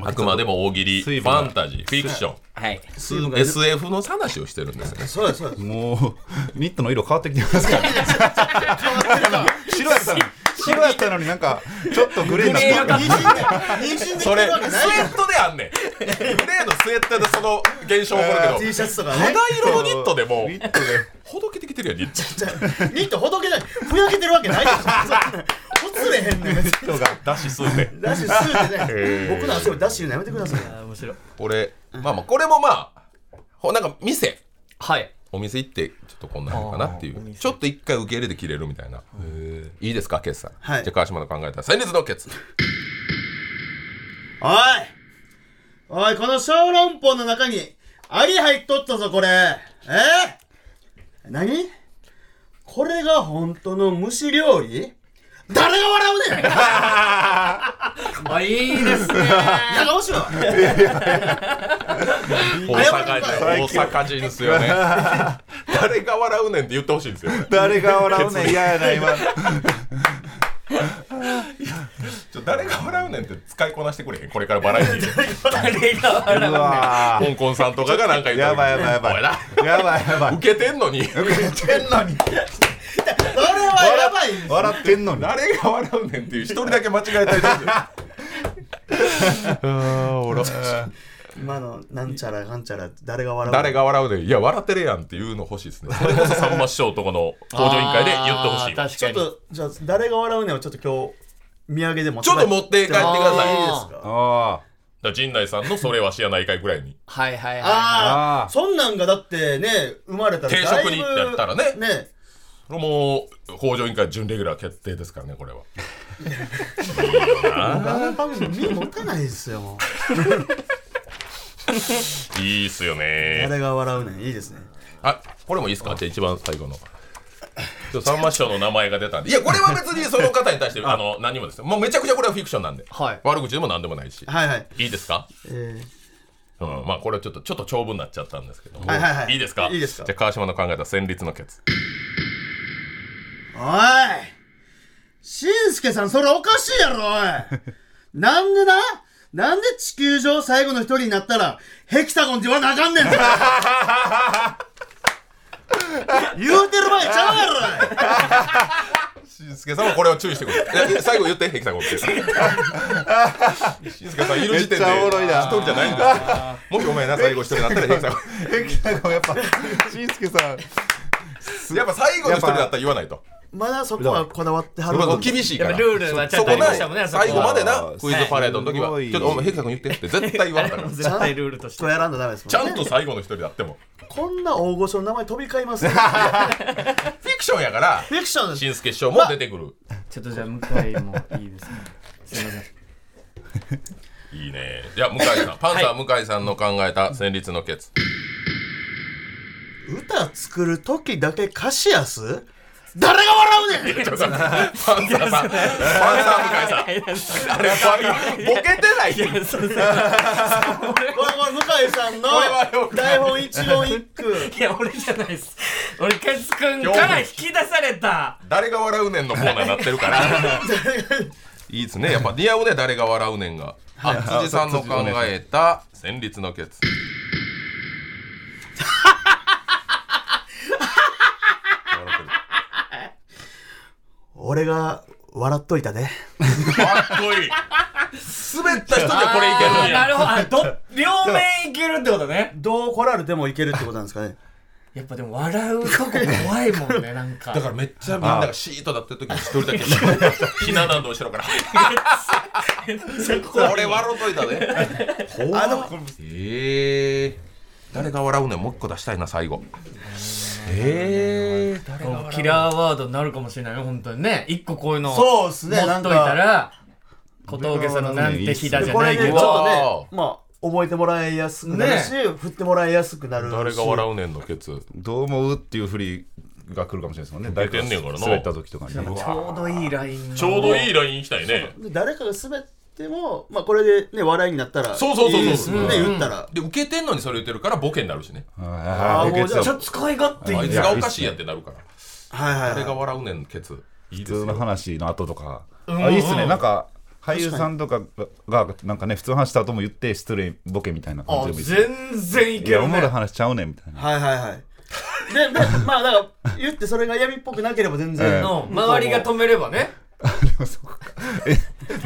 Speaker 2: う
Speaker 1: あくまでも大喜利、フ
Speaker 3: 水分が
Speaker 1: ァンタジー、フィクション、
Speaker 2: はい
Speaker 1: ス SF の話をしてるんですね。
Speaker 4: そうですそ うです
Speaker 3: もうニットの色変わってきてますから白やったのに白やったのになんかちょっとグレーになって
Speaker 2: グレー
Speaker 4: 妊娠で妊娠でき
Speaker 1: それ、
Speaker 4: る
Speaker 1: スウェ
Speaker 4: わけないやん
Speaker 1: ットであんねん。グレーのスウェットでその現象起こるけ
Speaker 4: T
Speaker 1: ど、
Speaker 4: シャツとか ね
Speaker 1: 肌色のニットでも
Speaker 3: ニ
Speaker 1: う、
Speaker 3: ットで
Speaker 1: ほどけてきてるやん、ニット。
Speaker 4: ニットほどけないふやけてるわけないでしょそんなほつれへんねん別に
Speaker 3: 人が
Speaker 1: だし吸うて。
Speaker 4: ダッシュ吸うてね僕の足をダッシュ言うのやめてください
Speaker 2: あー面白い
Speaker 1: これ、まあまあ、これもまあ、ほなんか店、
Speaker 2: はい
Speaker 1: お店行って、ちょっとこんなのかなっていう。ちょっと一回受け入れて切れるみたいな。いいですか、ケツさん。
Speaker 4: はい
Speaker 1: じゃあ川島の考えた戦慄のケツ。
Speaker 4: おいおいこの小籠包の中にアリ入っとったぞ、これ。えー、何これが本当の虫料理誰が笑 うねん
Speaker 2: あいいですね
Speaker 4: やかましいわ
Speaker 1: 大阪人大阪人です よね誰が笑うねんって言ってほしいんですよ
Speaker 3: 誰が笑うねん嫌やな今
Speaker 1: ちょ誰が笑うねんって使いこなしてくれへんこれからバラエティーで
Speaker 2: 誰が笑
Speaker 3: うわ
Speaker 1: 香港さんとかがなんか言
Speaker 3: ー
Speaker 1: ったら
Speaker 3: やばいやばいやば
Speaker 1: お
Speaker 3: い
Speaker 1: ら
Speaker 3: やばいやばい
Speaker 1: 受けてんのに
Speaker 3: てんのに
Speaker 4: それはやばい
Speaker 3: 笑ってんのに
Speaker 1: 誰が笑うねんっていう一人だけ間違えたりするあーおら
Speaker 4: 今のなんちゃらなんちゃら誰が笑う
Speaker 1: 誰が笑うねんいや笑ってるやんっていうの欲しいですねそれこそさんま師匠とこの登場委員会で言ってほしい
Speaker 2: あー
Speaker 4: ちょっ
Speaker 2: 確かに
Speaker 4: とじゃあ誰が笑うねんをちょっと今日土産でも
Speaker 1: ちょっと持って帰ってください
Speaker 2: あー
Speaker 1: だか
Speaker 4: いいですか
Speaker 3: あ
Speaker 1: ら陣内さんのそれは知らない会ぐらいに
Speaker 2: はいはいは
Speaker 4: あ
Speaker 3: あー
Speaker 4: あそんなんがだってね生まれたらだいぶ
Speaker 1: 定食にだったらね
Speaker 4: ね
Speaker 1: これもう工場委員会準レギュラー決定ですからねこれは
Speaker 4: あの番組身持たないですよ もう
Speaker 1: いいっすよね
Speaker 4: 誰が笑うねんいいですね
Speaker 1: あこれもいいっすかじゃあ一番最後のちょさんま師匠の名前が出たんでいやこれは別にその方に対して あの何もですよもうめちゃくちゃこれはフィクションなんで、
Speaker 2: はい
Speaker 1: 悪口でも何でもないし
Speaker 4: はいはい
Speaker 1: いいですか
Speaker 4: え
Speaker 1: うん、まあこれはちょっとちょっと長文になっちゃったんですけども、
Speaker 4: はいはいはい
Speaker 1: いですか
Speaker 4: いいですか
Speaker 1: じゃあ川島の考えた戦慄のケツ
Speaker 4: ーおいしんすけさんそれおかしいや ろおいなんでななんで地球上最後の一人になったらヘキサゴンって言わなあ かんねんぞ言うてる場合ちゃうやろおい
Speaker 1: しんすけさんはこれを注意してくれいや最後言ってヘキサゴンって しんすけさんいる時点で
Speaker 3: めっちゃおもろいな
Speaker 1: 一人じゃないんですよもしお前な最後一人にな ったらヘキサゴ
Speaker 3: あヘキサゴンやっぱしんすけさ
Speaker 1: ン
Speaker 3: ん
Speaker 1: やっぱ最後の一人だったら言わないと
Speaker 4: まだそこはこだわっては
Speaker 1: や
Speaker 4: る
Speaker 1: っぱ
Speaker 4: の
Speaker 1: 厳しい
Speaker 2: いや
Speaker 1: か
Speaker 2: っぱ
Speaker 1: ら
Speaker 2: ルールはちゃ
Speaker 1: そ
Speaker 2: んとあ
Speaker 1: こ
Speaker 2: りま
Speaker 1: な
Speaker 2: したもんねそこは
Speaker 1: 最後までな
Speaker 3: あー
Speaker 1: クイズパレードの時は
Speaker 3: すごい
Speaker 1: ちょっとお前ヘキサゴン言ってって絶対言われたから
Speaker 2: 絶対ルールとし
Speaker 4: こ
Speaker 2: て
Speaker 4: うやらんとダメですもん
Speaker 1: ち
Speaker 4: ね
Speaker 1: ゃんと最後の一人だっても
Speaker 4: こんな大御所の名前飛び交 いますね
Speaker 1: フィクションやから
Speaker 4: フィクションです
Speaker 1: しんすけ師匠も出てくる
Speaker 2: ちょっとじゃあ向井もいいですねすいません
Speaker 1: いいねじゃあ向井さんパンサー向井さんの考えた戦慄のケ ツ
Speaker 4: 歌作る時だけ貸しやす誰が笑うねん
Speaker 1: パンサー さん、パンサー向井さん、あれはボケてないよ。
Speaker 4: これこれ向井さんの台本一言一句
Speaker 2: いや俺じゃないです俺ケツくんから引き出された
Speaker 1: 誰が笑うねんのコーナーになってる から。いいですね、やっぱ似合うね、誰が笑うねんが。あ、辻さんの考えた戦慄のケツ。笑ってる
Speaker 4: 俺が笑っといたね
Speaker 1: かっこいい。滑った人じゃこれいける
Speaker 2: あ
Speaker 1: の
Speaker 2: ー
Speaker 1: に。
Speaker 2: なるほどあど両面いけるってことね
Speaker 4: どう来られてもいけるってことなんですかね
Speaker 2: やっぱでも笑うとこ怖いもんねなんか
Speaker 1: だからめっちゃみんながシートだってる時に一人だけひな壇の後ろからこれ笑うといたで
Speaker 4: あの
Speaker 1: ええ誰が笑うねんもう一個出したいな最後ええ誰が
Speaker 2: もうキラーワードになるかもしれないよ本当にね一個こういうのを
Speaker 4: そうっすね
Speaker 2: 持っといたら小峠さんのなんて日だじゃ
Speaker 4: こ
Speaker 2: な
Speaker 4: れ
Speaker 2: い
Speaker 4: ね
Speaker 2: け
Speaker 4: ち
Speaker 1: う
Speaker 4: ょっ
Speaker 1: わ
Speaker 2: ど
Speaker 4: とねまあ覚えてもらいやすくなるし、振ってもらいやすくなるし
Speaker 1: 誰が笑うねんのケツ
Speaker 3: どう思うっていうふりが来るかもしれないですもんね
Speaker 1: 出てんねんからな
Speaker 3: 滑った時とかに
Speaker 2: ちょうどいいライン
Speaker 1: ちょうど
Speaker 2: い
Speaker 1: いいライン行きたいね
Speaker 4: で誰かが滑っても、まあ、これでね笑いになったら
Speaker 1: そうそうそうそう
Speaker 4: いいですもんね、
Speaker 1: うん
Speaker 4: 言ったら
Speaker 1: で受けてんのにそれ言ってるからボケになるしね
Speaker 3: あ
Speaker 4: あ
Speaker 3: あ
Speaker 4: ー
Speaker 3: ー
Speaker 4: もうじゃあ
Speaker 2: ちょっと使い勝手いい
Speaker 1: あいつ
Speaker 2: な
Speaker 1: がおかしいやんってなるから
Speaker 4: はいはい、はい、
Speaker 1: 誰が笑うねんケツいい
Speaker 3: 普
Speaker 1: です
Speaker 3: 通
Speaker 1: よ
Speaker 3: の話の後とか、あいいっすねなんか俳優さんとかががなんかね普通の話した後も言って失礼ボケみたいな感
Speaker 2: あ
Speaker 3: じでもいいっすね
Speaker 2: 全然い
Speaker 3: い
Speaker 2: け
Speaker 3: やお
Speaker 2: る
Speaker 3: もろい
Speaker 2: ね
Speaker 3: 話ちゃうねんみたいな
Speaker 4: はいはいはい。で、でまあ、だから、言ってそれが闇っぽくなければ全然。
Speaker 3: ええ
Speaker 2: の周りが止めればね
Speaker 3: え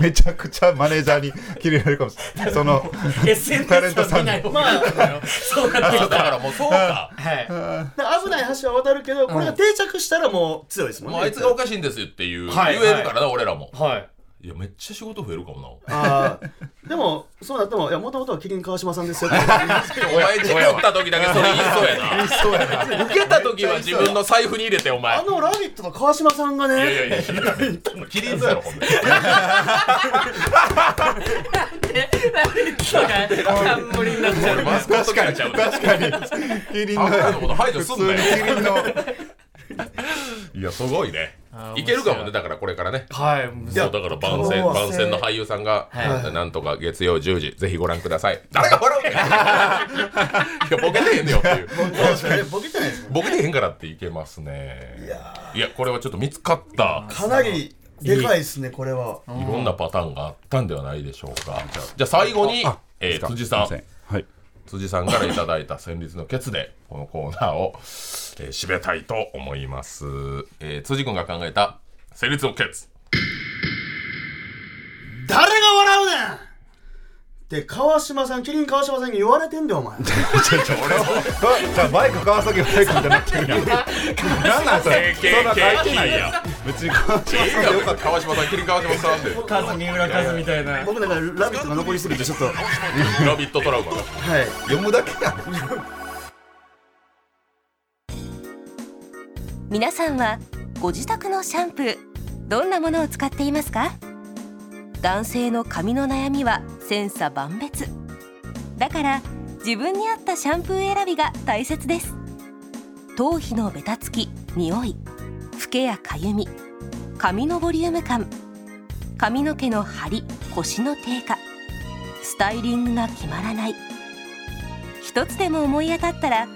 Speaker 3: めちゃくちゃマネージャーにキレられるかもしれないその
Speaker 2: SNS は見ない方がいいと思うよそうなってき
Speaker 1: だ
Speaker 2: た
Speaker 1: かららもうそうか
Speaker 2: はい
Speaker 4: で危ない橋は渡るけど、これが定着したらもう強いですもん
Speaker 1: も
Speaker 4: ね。
Speaker 1: うあいつがおかしいんですよっていう言
Speaker 2: は
Speaker 1: え
Speaker 2: い
Speaker 1: るからな俺らも
Speaker 2: はい
Speaker 1: いやめっちゃ仕事増えるかもな
Speaker 4: あーでも、そうなっても、いや、もともとは麒麟川島さんで すよって。
Speaker 1: お前事故った時だけそれ言いそうやな受けた時は自分の財布に入れてお前
Speaker 4: あの「ラビット!」の川島さんが
Speaker 1: いや
Speaker 4: ね、
Speaker 1: いやいや、キリンだろ、ほんで。
Speaker 2: 人が冠になっちゃう。
Speaker 1: マスコット
Speaker 3: 確
Speaker 1: キャ
Speaker 3: か
Speaker 1: ラ
Speaker 3: に
Speaker 1: ちゃう
Speaker 3: 確かにキリン
Speaker 1: あんたのこと
Speaker 3: の
Speaker 1: 排除
Speaker 3: 普
Speaker 1: す
Speaker 3: 通
Speaker 1: んな
Speaker 3: に
Speaker 1: よ
Speaker 3: キリンの
Speaker 1: いやすごいね
Speaker 2: あー
Speaker 1: いけるかも
Speaker 2: 面白
Speaker 1: ね
Speaker 2: い
Speaker 1: だからこれからね
Speaker 2: はい、
Speaker 1: そうだから番宣
Speaker 4: 可能性
Speaker 1: 番宣の俳優さんが、
Speaker 2: は
Speaker 1: なんとか月曜10時ぜひご覧ください誰が笑うんかいやボケてへんねよっていう
Speaker 4: えボケてないですもん
Speaker 1: ボケてへんからっていけますねいやこれはちょっと見つかった
Speaker 4: かなりでかいですねこれはい
Speaker 1: ろんなパターンがあったんではないでしょうかじゃあじゃあ最後に
Speaker 3: あ、
Speaker 1: えー辻さ
Speaker 3: すいま
Speaker 1: ん
Speaker 3: せんはい
Speaker 1: 辻さんからいただいた旋律のケツでこのコーナーを、えー締めたいと思います、えー辻君が考えた旋律のケツ
Speaker 4: 誰が笑うねんって川島さんキリン川島さんに言われてんだよお前
Speaker 3: あじゃあバイク川崎バイクみたいになってるやん何なんそれそんな書いてないやん別に川島
Speaker 1: いい
Speaker 3: さん
Speaker 1: や
Speaker 3: で
Speaker 1: ん
Speaker 3: よかっ
Speaker 1: 川島さん切り川島さんで
Speaker 2: カズ三浦カズみたいな。
Speaker 4: 僕なんか「ラビット!」が残りすぎてちょっとはい
Speaker 1: 「ラビット!」トラウマが
Speaker 3: た読むだけやん
Speaker 5: 皆さんはご自宅のシャンプーどんなものを使っていますか男性の髪の悩みは千差万別だから自分に合ったシャンプー選びが大切です頭皮のベタつき匂いフケやかゆみ髪のボリューム感髪の毛の張り腰の低下スタイリングが決まらない一つでも思い当たったら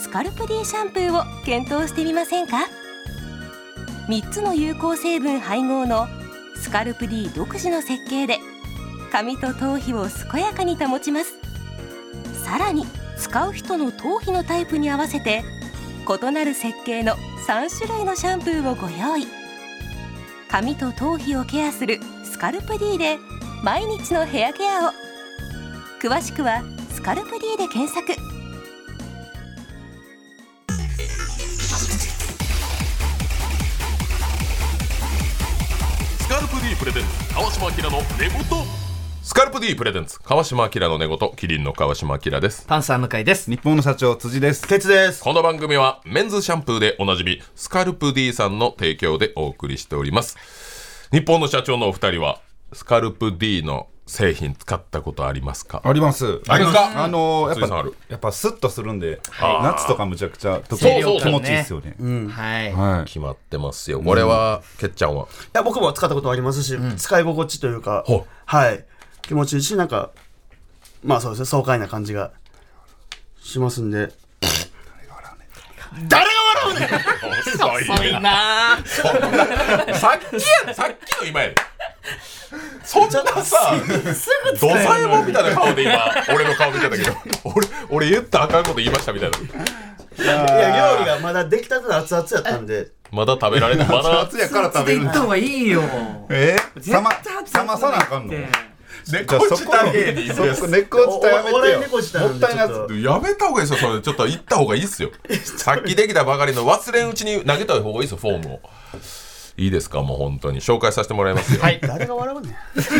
Speaker 5: スカルプ D シャンプーを検討してみませんか3つの有効成分配合のスカルプ D 独自の設計で髪と頭皮を健やかに保ちますさらに使う人の頭皮のタイプに合わせて異なる設計の3種類のシャンプーをご用意髪と頭皮をケアするスカルプ D で毎日のヘアケアを詳しくは「スカルプ D」で検索
Speaker 1: スカルプ D プレゼンツ川島明の寝言スカルプ D プレゼンツ川島明の寝言キリンの川島明です
Speaker 2: パンサー向井です。
Speaker 3: 日本の社長辻です
Speaker 4: ケツです
Speaker 1: この番組はメンズシャンプーでおなじみスカルプ D さんの提供でお送りしております日本の社長のお二人はスカルプ D の製品使ったことありますか
Speaker 3: あります
Speaker 1: ありますか
Speaker 3: あのーや
Speaker 1: 辻
Speaker 3: っ
Speaker 1: さんあ
Speaker 3: ぱ
Speaker 1: る
Speaker 3: やっぱスッとするんで
Speaker 1: あー
Speaker 3: 夏とかむちゃくちゃ特
Speaker 1: そう
Speaker 3: に
Speaker 1: そう
Speaker 3: 気持ちいいですよね
Speaker 2: はい。
Speaker 3: はい
Speaker 1: 決まってますよこれは、けっちゃんはい
Speaker 4: や僕も使ったことありますし、使い心地というか
Speaker 1: ほう、
Speaker 4: はい、気持ちいいし、なんか、まあそうですね、爽快な感じがしますんで。誰が笑うねん
Speaker 2: 遅いなぁ。
Speaker 1: さっきやさっきの今やでそんなさドサエモンみたいな顔で今俺の顔見てたけど俺俺言ったらあかんこと言いましたみたいない
Speaker 4: や、料理がまだ出来たての熱々やったんで、
Speaker 1: まだ食べられないまだ
Speaker 3: 夏やから食べる
Speaker 2: 行った方がいいよ。
Speaker 3: えー、冷ま
Speaker 2: 絶対熱
Speaker 3: 冷
Speaker 2: 々
Speaker 3: まさなあかんの
Speaker 2: って
Speaker 1: 猫舌芸人
Speaker 3: そこ
Speaker 1: です
Speaker 3: 猫舌やめてよ
Speaker 4: お俺猫舌な
Speaker 3: も
Speaker 4: ん
Speaker 3: っ
Speaker 4: で
Speaker 3: た
Speaker 4: ちょっと
Speaker 3: いないやつ
Speaker 1: やめた方がいいですよそれちょっと行った方がいいっすよさっきできたばかりの忘れんうちに投げた方がいいですよフォームをいいですかもう本当に紹介させてもらいますよ、はい、
Speaker 4: 誰が笑うね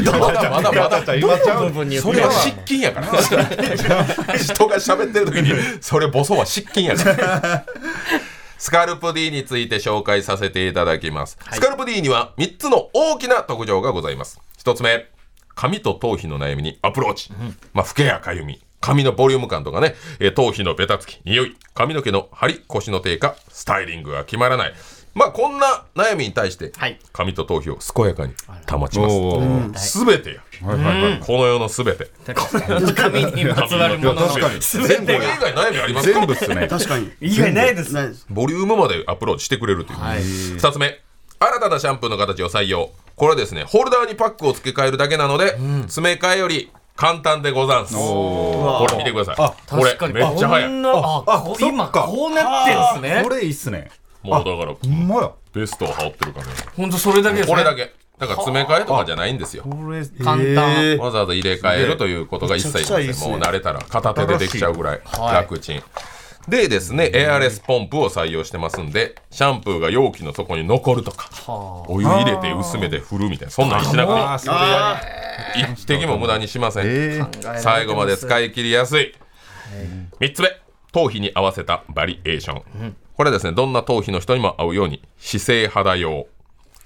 Speaker 4: ん
Speaker 1: まだ まだまだ
Speaker 3: 今ちゃう
Speaker 2: 部分によって
Speaker 1: それは失禁やから 人が喋ってる時にそれボソは失禁やから スカルプ D について紹介させていただきます、スカルプ D には3つの大きな特徴がございます1つ目髪と頭皮の悩みにアプローチ、まあ、老けやかゆみ髪のボリューム感とかね、えー頭皮のベタつき匂い髪の毛の張り腰の低下スタイリングが決まらないまあこんな悩みに対して、
Speaker 2: はい
Speaker 1: 髪と頭皮を健やかに保ちます
Speaker 3: おー
Speaker 1: 全てよ、この世の全て
Speaker 2: 髪にまつわるものの
Speaker 1: 確かに
Speaker 2: 全
Speaker 1: これ
Speaker 2: て
Speaker 1: 以
Speaker 2: が。
Speaker 1: 外悩みありますか
Speaker 3: 全部っすね
Speaker 4: 確かに。
Speaker 2: 以外ないです。
Speaker 4: ないです。
Speaker 1: ボリュームまでアプローチしてくれるという、2つ目新たなシャンプーの形を採用これはですねホルダーにパックを付け替えるだけなので、詰め替えより簡単でござんすこれ見てくださいこれ
Speaker 2: 確かに
Speaker 1: めっちゃ早い
Speaker 2: こ
Speaker 1: も
Speaker 2: ん
Speaker 1: う
Speaker 2: なあ
Speaker 3: あ
Speaker 2: こ
Speaker 3: そっか
Speaker 2: 今こうなってんです
Speaker 3: こ
Speaker 2: ね。
Speaker 3: れいいっすね
Speaker 1: だから
Speaker 3: ほんまや
Speaker 1: ベストを羽織ってるからね
Speaker 2: ほんとそれだけですね。
Speaker 1: これだけだから詰め替えとかじゃないんですよ
Speaker 3: これ
Speaker 2: 簡単。
Speaker 4: えー
Speaker 1: わざわざ入れ替えるということが一切ありません
Speaker 4: めちゃくちゃいいっすね
Speaker 1: もう慣れたら片手でできちゃうぐらい
Speaker 2: い
Speaker 1: 楽ちん、でですねエアレスポンプを採用してますんでシャンプーが容器の底に残るとかお湯入れて薄めて振るみたいなそんなんしなく
Speaker 3: あー
Speaker 1: て
Speaker 3: それや
Speaker 1: いい一滴も無駄にしません、
Speaker 3: えー
Speaker 1: 最後まで使い切りやすい、3つ目頭皮に合わせたバリエーション、これはですねどんな頭皮の人にも合うように姿勢肌用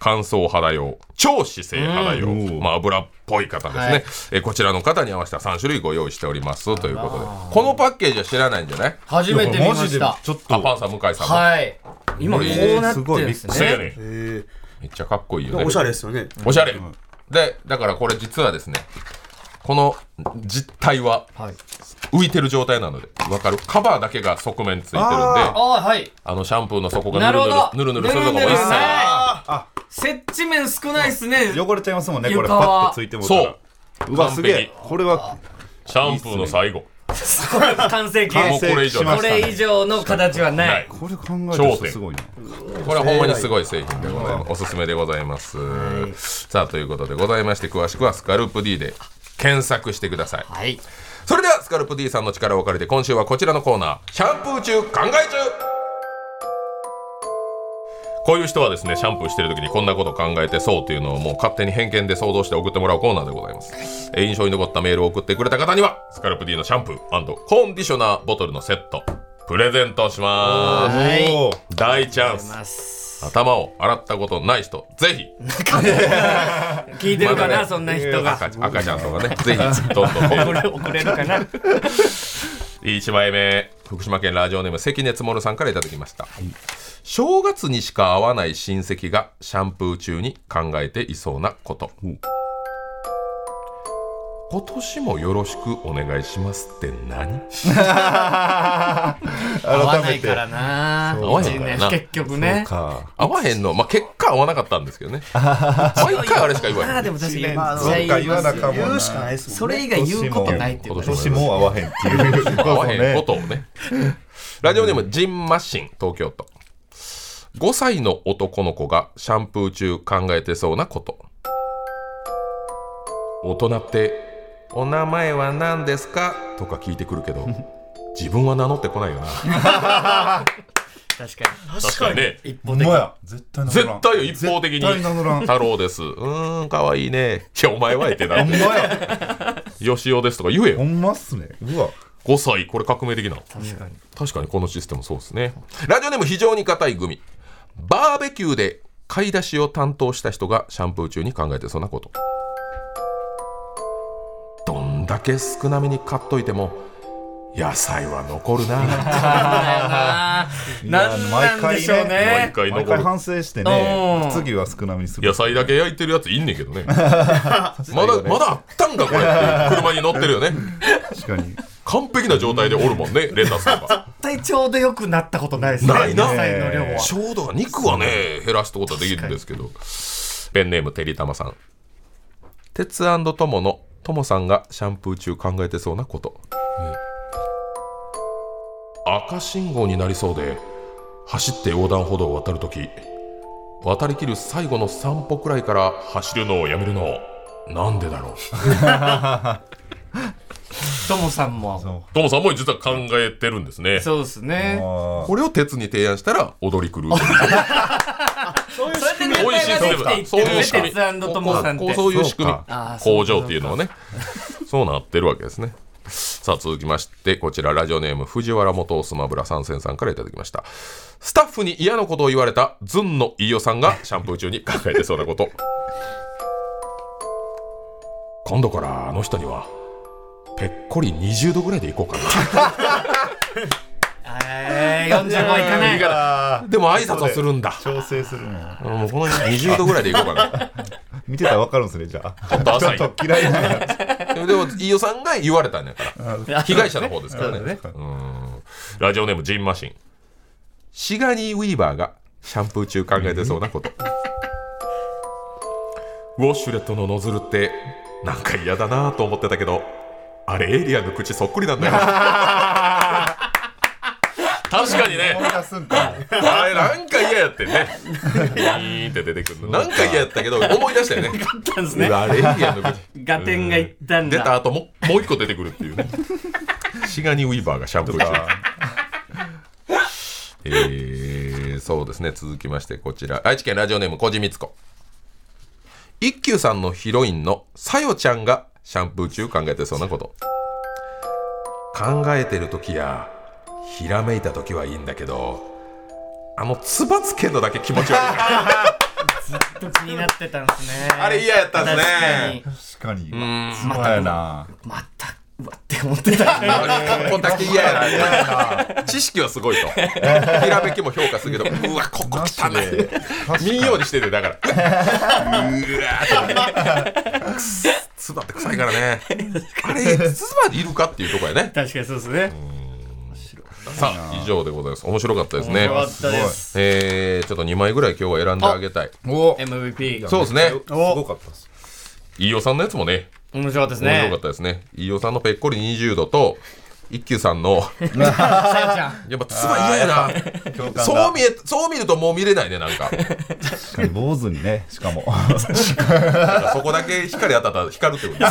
Speaker 1: 乾燥肌用超姿勢肌用、
Speaker 3: うん
Speaker 1: まあ、油っぽい方ですね、
Speaker 2: はい
Speaker 1: えーこちらの方に合わせた3種類ご用意しておりますということでこのパッケージは知らないんじゃない
Speaker 2: 初めて見ました
Speaker 3: ちょっと
Speaker 1: あパンさん向井さんも、
Speaker 2: はい今こうなってるんです
Speaker 1: そうや
Speaker 2: ね
Speaker 1: ね
Speaker 4: えー、
Speaker 1: めっちゃかっこいいよね
Speaker 4: おしゃれですよね。
Speaker 1: おしゃれでだからこれ実はですねこの実体は
Speaker 2: はい
Speaker 1: 浮いてる状態なのでわかるカバーだけが側面ついてるんであ
Speaker 3: あ
Speaker 2: ああーはい
Speaker 1: のシャンプーの底
Speaker 2: な
Speaker 1: が
Speaker 2: るほど
Speaker 1: ぬるぬるぬるぬるするとこも一
Speaker 2: ぬるぬるね
Speaker 1: 切
Speaker 2: 接地面少ないですね
Speaker 3: 汚れちゃいますもんねこれ
Speaker 2: 床
Speaker 3: パ
Speaker 2: は
Speaker 3: ッとついてもうたら
Speaker 1: そう
Speaker 3: うわすげ
Speaker 1: 完
Speaker 3: えこれは
Speaker 1: シャンプーの最後
Speaker 2: 完成
Speaker 3: 完
Speaker 1: もう
Speaker 2: 形
Speaker 3: 成
Speaker 1: これ以上
Speaker 3: しま
Speaker 2: こ
Speaker 3: した
Speaker 2: れ以
Speaker 3: ね
Speaker 2: 上の形はな
Speaker 1: ないい
Speaker 3: これ考えた人すごいな
Speaker 1: これはほんまにすごい製品でございますおすすめでございますさあということでございまして詳しくはスカルプ D で検索してください
Speaker 2: はい
Speaker 1: それではスカルプ D さんの力を借りて今週はこちらのコーナーシャンプー中考え中こういう人はですねシャンプーしてる時にこんなこと考えてそうというのをもう勝手に偏見で想像して送ってもらうコーナーでございます、えー印象に残ったメールを送ってくれた方にはスカルプ D のシャンプーコンディショナーボトルのセットプレゼントしま
Speaker 2: はい
Speaker 3: おー
Speaker 1: す大チャンス
Speaker 2: ます
Speaker 1: 頭を洗ったことない人ぜひ
Speaker 2: 聞いてるか
Speaker 1: まだ
Speaker 2: な
Speaker 1: ね
Speaker 2: そんな人が
Speaker 1: 赤ちゃん赤ちゃんとかねぜひどんどんメール
Speaker 2: 遅れるかな
Speaker 1: 1枚目福島県ラジオネーム関根つもるさんからいただきました、正月にしか会わない親戚がシャンプー中に考えていそうなこと、
Speaker 3: うん
Speaker 1: 今年もよろしくお願いしますって何
Speaker 2: 合わな
Speaker 3: 改め
Speaker 2: い
Speaker 3: て
Speaker 2: からな
Speaker 1: 合わへんからな
Speaker 2: 一年結局
Speaker 3: そう
Speaker 2: ね
Speaker 3: か
Speaker 1: 会わへんのまあ結果会わなかったんですけどね毎回あれしか言わ
Speaker 2: あ
Speaker 1: へ
Speaker 2: あ
Speaker 1: ん
Speaker 2: でも確かに
Speaker 4: まあ
Speaker 2: めっちゃ
Speaker 3: そうか言わなかも
Speaker 4: 言
Speaker 3: な
Speaker 4: うしかないですもん
Speaker 2: そ
Speaker 4: ね。
Speaker 2: れ以外言うことないっていうこと
Speaker 3: 今年も合わへんっていうことね
Speaker 1: 合わへんことをねラジオネームジンマシン東京都5歳の男の子がシャンプー中考えてそうなこと大人って「お名前は何ですか?」とか聞いてくるけど自分は名乗ってこないよな
Speaker 2: 確か
Speaker 4: 確かに。
Speaker 1: ね
Speaker 2: に一方
Speaker 3: ほん
Speaker 2: 的
Speaker 3: まや絶対名乗
Speaker 1: 絶
Speaker 3: らん
Speaker 1: 対一方的に
Speaker 3: 絶対名乗らん
Speaker 1: 太郎ですうーん可愛いねいやお前はえってなっ
Speaker 3: ほん
Speaker 1: て
Speaker 3: まや
Speaker 1: よしおですとか言え
Speaker 3: ほ
Speaker 1: よ
Speaker 3: んまっすねうわ
Speaker 1: 5歳これ革命的な
Speaker 2: 確かに
Speaker 1: 確かにこのシステムそうですねラジオネーム非常に硬いグミバーベキューで買い出しを担当した人がシャンプー中に考えてそうなことどんだけ少なめに買っといても野菜は残る な
Speaker 2: あーなーなんなんでしょうね
Speaker 1: 毎回
Speaker 3: 毎
Speaker 1: 残
Speaker 3: 回
Speaker 1: る
Speaker 3: 反省してね
Speaker 2: うん
Speaker 3: 次は少なめにする
Speaker 1: 野菜だけ焼いてるやついんねんけど ねまだまだあったんかこれって車に乗ってるよね
Speaker 3: 確かに
Speaker 1: 完璧な状態でおるもんねレタスとか
Speaker 2: 絶対ちょうど良くなったことないですね
Speaker 1: ないな
Speaker 2: 野菜の量は
Speaker 1: ちょうどが肉はね減らすってことはできるんですけどペンネームてりたまさん鉄とものともさんがシャンプー中考えてそうなこと赤信号になりそうで走って横断歩道を渡るとき渡りきる最後の散歩くらいから走るのをやめるのなんでだ ろう
Speaker 2: ともさんも
Speaker 3: そう
Speaker 1: ともさんも実は考えてるんですね
Speaker 2: そうですね
Speaker 3: あー
Speaker 1: これを鉄に提案したら踊り狂う
Speaker 4: そういう仕組み
Speaker 2: そ
Speaker 1: 美
Speaker 2: れ
Speaker 1: 味しい
Speaker 2: でネタができていって
Speaker 1: そう
Speaker 2: る
Speaker 1: いう
Speaker 2: ね
Speaker 1: 仕組み
Speaker 2: 鉄腕ともさんっ
Speaker 1: こう
Speaker 2: て
Speaker 1: そういう仕組み
Speaker 3: そう
Speaker 2: あー
Speaker 1: 工場っていうのはねそうなってるわけですねさあ続きましてこちらラジオネーム藤原元スマブラ参戦さんからいただきましたスタッフに嫌なことを言われたずんの飯尾さんがシャンプー中に考えてそうなこと今度からあの人にはぺっこり20度ぐらいでいこうかな
Speaker 2: えー45いかない
Speaker 1: いからでも挨拶はするんだ
Speaker 3: 調整するの
Speaker 1: もうこの20度ぐらいでいこうかな
Speaker 3: 見てたら分かるんですねじゃあちょ
Speaker 1: っと浅い
Speaker 3: っと嫌いなんや
Speaker 1: でもでも飯尾さんが言われたんやから被害者の方ですからねうんラジオネームジンマシンシガニー・ウィーバーがシャンプー中考えてそうなことウォシュレットのノズルってなんか嫌だなと思ってたけどあれエイリアンの口そっくりなんだよ確かに
Speaker 3: 思
Speaker 1: ね
Speaker 3: い出すんか
Speaker 1: あれなんか嫌やってねピーンって出てくるのなんか嫌やったけど思い出したよね
Speaker 2: ったんです
Speaker 1: う
Speaker 2: ね
Speaker 1: わあれエイリアンの口
Speaker 2: ガテンがいったん
Speaker 1: 出た
Speaker 2: だ
Speaker 1: 後ももう一個出てくるっていうねシガニウィーバーがシャンプー中えー、そうですね続きましてこちら愛知県ラジオネームこじみつこ一休さんのヒロインのさよちゃんがシャンプー中考えてそうなこと考えてる時やひらめいた時はいいんだけどあのつばつけんのだけ気持ち悪い
Speaker 2: ずっと気になってたんですね
Speaker 1: あれ嫌やったんですね
Speaker 2: 確かに
Speaker 3: 確かに
Speaker 1: ん
Speaker 3: すごいな
Speaker 2: またうわって思ってた
Speaker 1: ここだけ嫌やな知識はすごいとひらめきも評価するけど うわここ汚
Speaker 3: マジ
Speaker 1: い
Speaker 3: で
Speaker 1: 民謡にしててだからうわーくす唾って臭いからねあれ唾にいるかっていうとこやね
Speaker 2: 確かにそうですね
Speaker 1: さあ以上でございます面白かったですね
Speaker 2: よかったです
Speaker 1: えー、ちょっと2枚ぐらい今日は選んであげたい
Speaker 3: お
Speaker 2: MVP
Speaker 1: そうですね
Speaker 3: すごかったです
Speaker 1: 飯尾さんのやつもね
Speaker 2: 面白かったです
Speaker 1: 面白
Speaker 2: ね
Speaker 1: かったですね飯尾さんのぺっこり20度と一休さんの
Speaker 2: さやちゃん
Speaker 1: やっぱ妻嫌やな
Speaker 3: 共感が
Speaker 1: そう見えそう見るともう見れないねなんか
Speaker 3: 確かに坊主にねしかも
Speaker 1: なんかそこだけ光当たったら光るってこと で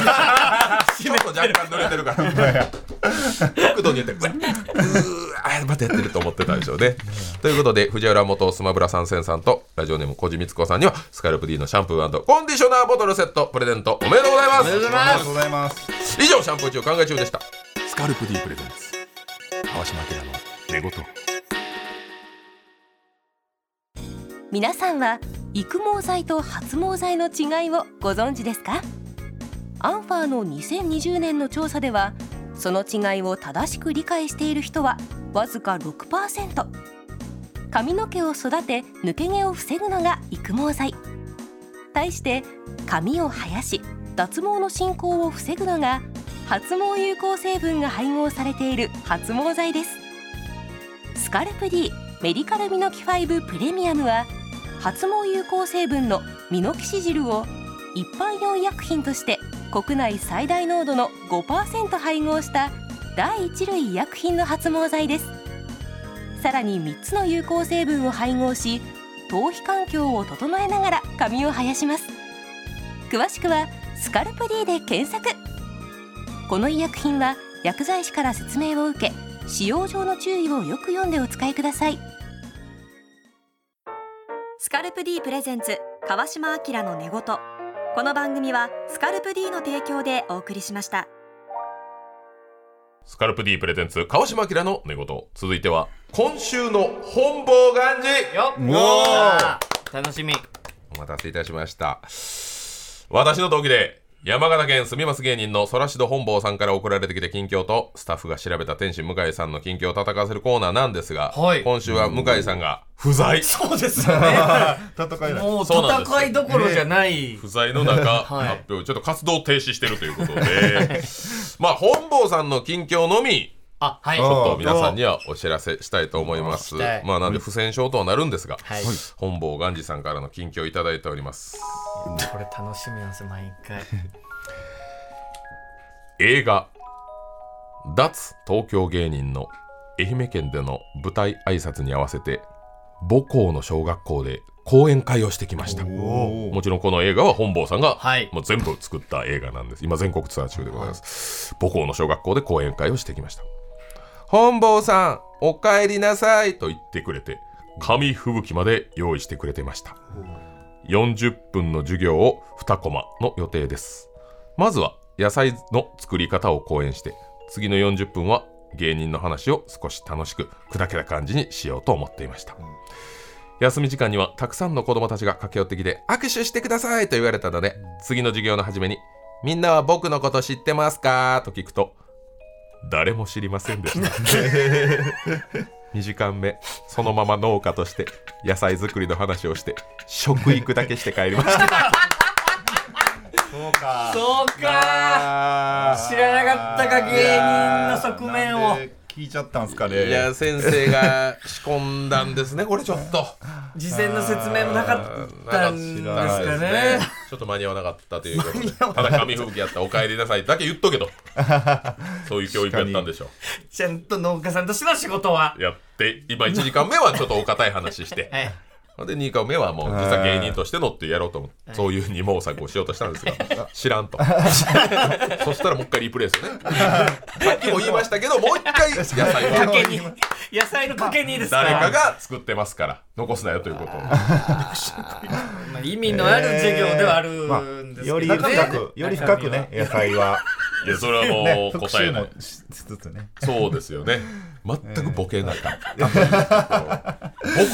Speaker 1: すちょっと若干濡れてるから角度によってうわうーあまたやってると思ってたでしょうねということで藤原元スマブラ参戦さんとラジオネーム小路光子さんにはスカルプ D のシャンプーコンディショナーボトルセットプレゼントおめでとうございます
Speaker 3: ありがとうございます
Speaker 1: 以上シャンプー中考え中でしたスカルプ D プレゼンツ川島明の寝言
Speaker 5: 皆さんは育毛剤と発毛剤の違いをご存知ですかアンファーの2020年の調査ではその違いを正しく理解している人はわずか6%髪の毛を育て抜け毛を防ぐのが育毛剤対して髪を生やし脱毛の進行を防ぐのが発毛有効成分が配合されている発毛剤ですスカルプ D メディカルミノキ5プレミアムは発毛有効成分のミノキシジルを一般用医薬品として国内最大濃度の5%配合した第一類医薬品の発毛剤ですさらに3つの有効成分を配合し頭皮環境を整えながら髪を生やします詳しくは「スカルプ D」で検索この医薬品は薬剤師から説明を受け使用上の注意をよく読んでお使いください
Speaker 6: スカルプ D プレゼンツ川島明の寝言この番組はスカルプ D の提供でお送りしました
Speaker 1: スカルプ D プレゼンツ川島明の寝言続いては今週の本望願寺
Speaker 2: よ
Speaker 3: おー
Speaker 2: さあ 楽しみ
Speaker 1: お待たせいたしました。私の同期で、山形県住みます芸人の空しど本坊さんから送られてきた近況と、スタッフが調べた天使向井さんの近況を叩かせるコーナーなんですが、
Speaker 2: はい
Speaker 1: 今週は向井さんが不在。
Speaker 2: そうですよね
Speaker 3: 戦いない
Speaker 2: もう
Speaker 1: そうなんです
Speaker 2: 戦いどころじゃない
Speaker 1: 不在の中、
Speaker 2: はい
Speaker 1: 発表、ちょっと活動を停止してるということで、 まあ、本坊さんの近況のみ、
Speaker 2: あはい
Speaker 1: ちょっと
Speaker 3: あ
Speaker 1: 皆さんにはお知らせしたいと思います。
Speaker 2: 聞きたい
Speaker 1: まあ、なんで不戦勝とはなるんですが、
Speaker 2: はい
Speaker 1: 本坊ガンジさんからの近況をいただいております。
Speaker 2: これ楽しみなんですよ毎回
Speaker 1: 映画「脱東京芸人」の愛媛県での舞台挨拶に合わせて母校の小学校で講演会をしてきましたもちろんこの映画は本坊さんが、
Speaker 2: はい
Speaker 1: もう全部作った映画なんです今全国ツアー中でございます、母校の小学校で講演会をしてきました本坊さんお帰りなさいと言ってくれて紙吹雪まで用意してくれてました40分の授業を2コマの予定ですまずは野菜の作り方を講演して次の40分は芸人の話を少し楽しく砕けた感じにしようと思っていました、休み時間にはたくさんの子供たちが駆け寄ってきて握手してくださいと言われたので次の授業の始めにみんなは僕のこと知ってますかと聞くと誰も知りませんでした2時間目そのまま農家として野菜作りの話をして食育だけして帰りました
Speaker 3: そうか
Speaker 2: そうか知らなかったか芸人の側面を
Speaker 3: なんで聞いちゃったんすかね
Speaker 1: いや先生が仕込んだん ですねこれちょっと
Speaker 2: 事前の説明もなかったんです
Speaker 1: なかった
Speaker 2: か
Speaker 1: です
Speaker 2: ね
Speaker 1: ちょっと間に合わなかったということでただ紙吹雪やったらお帰りなさいだけ言っとけ とそういう教育やったんでしょ
Speaker 2: ちゃんと農家さんとしての仕事は
Speaker 1: うやって今1時間目はちょっとお堅い話して
Speaker 2: はい
Speaker 1: で2回目はもう実は芸人としてのってやろうと思ってそういう二毛作をしようとしたんですが知 らんとそしたらもう一回リプレイですよねさっきも言いましたけどもう一回野菜は
Speaker 2: 竹に 野菜のかけにですか
Speaker 1: 誰かが作ってますから残すなよということを
Speaker 2: まあ、意味のある授業ではあるんですけど、ね
Speaker 3: まあより深く、より深くね、野菜 は。
Speaker 1: いやそれはも
Speaker 3: ね、
Speaker 1: う
Speaker 3: 復
Speaker 1: 答え
Speaker 3: 習
Speaker 1: な
Speaker 3: も
Speaker 1: い
Speaker 3: しつつね。
Speaker 1: そうですよね全くボケなかった、母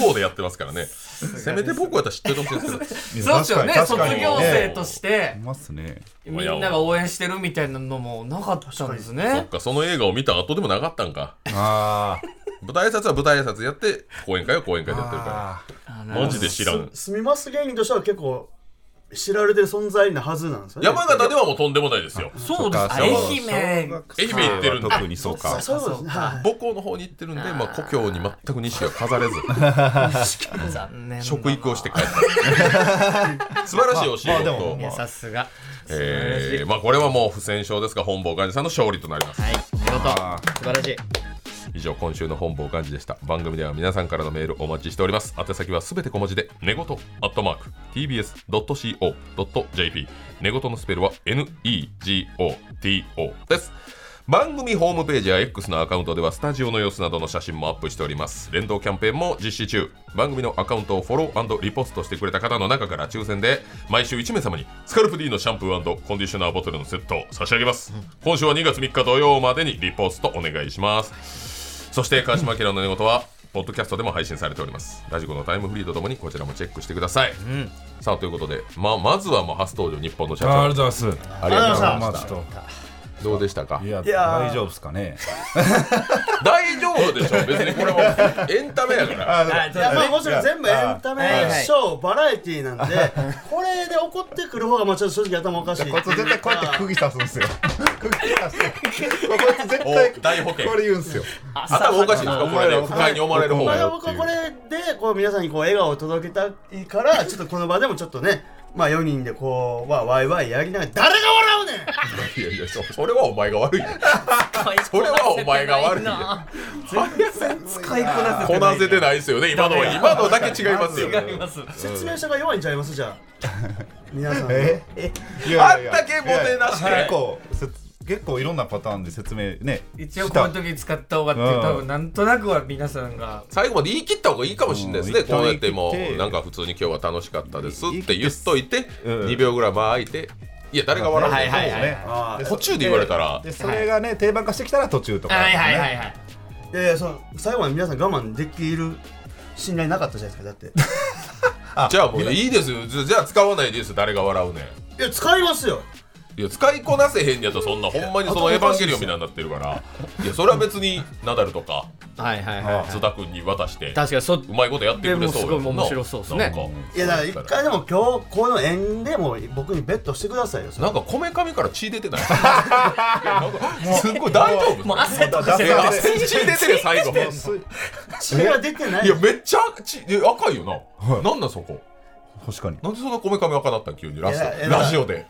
Speaker 1: 校でやってますからねせめて母校やったら知ってるほしいです
Speaker 3: いや
Speaker 2: そうですよね
Speaker 3: 確
Speaker 2: 卒
Speaker 3: かに確かに
Speaker 2: 業生とし
Speaker 3: い
Speaker 2: て
Speaker 3: ますね。
Speaker 2: みんなが応援してるみたいなのもなかったんです
Speaker 1: そっ
Speaker 2: ね
Speaker 1: かその映画を見た後でもなかったんか
Speaker 3: あー
Speaker 1: 舞台挨拶は舞台挨拶やって講演会は講演会でやってるか
Speaker 3: あー。
Speaker 1: らマジで知らん
Speaker 4: すみます芸人としては結構知られてる存在なはずなんですよね
Speaker 1: 山形ではもうとんでもないですよ
Speaker 2: そうです
Speaker 3: か
Speaker 2: 愛媛
Speaker 1: 愛媛行ってるんで
Speaker 3: 特にそうか。
Speaker 4: そういうことですねはい
Speaker 1: 母校の方に行ってるんで、まあ、故郷に全く西が飾 れず
Speaker 2: 残念
Speaker 1: 食育をして帰った素晴らしい教え
Speaker 3: まあまあで
Speaker 1: 事
Speaker 3: も
Speaker 1: を
Speaker 2: いやさすが
Speaker 1: えーまあこれはもう不戦勝ですが本坊幹事さんの勝利となります
Speaker 2: はい見事素晴らしい
Speaker 1: 以上今週の本坊幹事でした番組では皆さんからのメールお待ちしております宛先はすべて小文字で寝言アットマーク tbs.co.jp 寝言のスペルは negoto です番組ホームページや X のアカウントではスタジオの様子などの写真もアップしております連動キャンペーンも実施中番組のアカウントをフォローリポストしてくれた方の中から抽選で毎週1名様にスカルプ D のシャンプーコンディショナーボトルのセットを差し上げます今週は2月3日土曜までにリポストお願いしますそして川島明の寝言はポッドキャストでも配信されておりますラジコのタイムフリーとともにこちらもチェックしてください、さあということでままずはもう初登場日本の社
Speaker 3: あ
Speaker 1: 長
Speaker 3: ーありがとうございます。
Speaker 1: ありがとうござい
Speaker 3: ま
Speaker 1: ま
Speaker 3: あ
Speaker 1: し
Speaker 3: ちょった
Speaker 1: どうでしたか
Speaker 3: といや
Speaker 4: いやー
Speaker 3: 大丈夫ですかね。
Speaker 1: 大丈夫でしょ別にこれはエンタメや から
Speaker 2: あ
Speaker 4: いやまあもちろん全部エン
Speaker 3: あ
Speaker 4: タ
Speaker 2: はい
Speaker 4: メ
Speaker 2: はい
Speaker 4: ショーバラエティーなんでこれで怒ってくる方がまあちょっと正直頭おかしい
Speaker 3: こいつ絶対こうやって釘刺すんですよ。釘刺 す。こいつ絶対
Speaker 1: お大保険
Speaker 3: これ言うんですよ。
Speaker 1: 頭おかしいですかこれで不快に思われる方
Speaker 4: ま
Speaker 1: が
Speaker 4: あ
Speaker 1: よっ
Speaker 4: 僕
Speaker 1: てい
Speaker 4: は
Speaker 1: う
Speaker 4: これでこう皆さんにこう笑顔を届けたいからちょっとこの場でもちょっとねまあ4人でこうまあワイワイやりながら誰が笑うねん
Speaker 1: いやいやそそれはお前が悪いよそれはお前が悪いよ
Speaker 2: 使いこなせ
Speaker 1: こな
Speaker 2: てない
Speaker 1: せてないですよね今のは今のだけ違いますよ
Speaker 2: 違います
Speaker 4: 説明者が弱いんちゃいますじゃあ皆 さんの
Speaker 3: えい
Speaker 1: あ
Speaker 3: や
Speaker 1: ん
Speaker 3: いや
Speaker 1: だけモテなし
Speaker 3: いや
Speaker 1: で
Speaker 3: 結構せつ結構いろんなパターンで説明ね
Speaker 2: 一応
Speaker 3: し
Speaker 2: こ
Speaker 3: た
Speaker 2: ういう時使った方がって多分なんとなくは皆さんが
Speaker 1: 最後まで言い切った方がいいかもしれないですね、
Speaker 3: うん
Speaker 1: こうやっても
Speaker 3: 言い切って
Speaker 1: うなんか普通に今日は楽しかったです
Speaker 3: 言
Speaker 1: っ
Speaker 3: い
Speaker 1: て
Speaker 3: 切
Speaker 1: 言
Speaker 3: って
Speaker 1: っといて、
Speaker 3: うん
Speaker 1: 2秒ぐらい間空いていや誰が笑うの、
Speaker 2: はいはいはい
Speaker 4: あ
Speaker 1: 途中で言われたら
Speaker 3: でそれがね定番化してきたら途中とか
Speaker 2: はいはいはい
Speaker 3: い
Speaker 2: はい
Speaker 4: いやいやその最後まで皆さん我慢できる信頼なかったじゃないですかだって
Speaker 1: じゃあもういいですよじゃじゃあ使わないですよ誰が笑うね
Speaker 4: いや使いますよ
Speaker 1: んいや使いこなせへんやとそんなほんまにその「エヴァンゲリオン」みたいになってるからいやそれは別にナダルとか
Speaker 2: はいはい
Speaker 3: は
Speaker 1: 津田君に渡して
Speaker 2: 確かにそう
Speaker 1: まいことやってくれそうやもんな
Speaker 2: でもすごい面白そうですね
Speaker 1: なんか
Speaker 4: いやだから一回でも今日この縁でも僕にベットしてくださいよそれ
Speaker 1: なんかこめかみから血出て ないいやなんかすっごい大丈夫
Speaker 2: もう汗とかして
Speaker 1: い
Speaker 2: る
Speaker 1: や血出てるよ 最後
Speaker 4: 血が出てない
Speaker 1: いやめっちゃちえ赤いよな、なんなんそこ
Speaker 3: 確かに
Speaker 1: なんでそんなこめかみ赤だったん急にラス
Speaker 4: いやい
Speaker 1: ト
Speaker 4: や
Speaker 1: ラジオで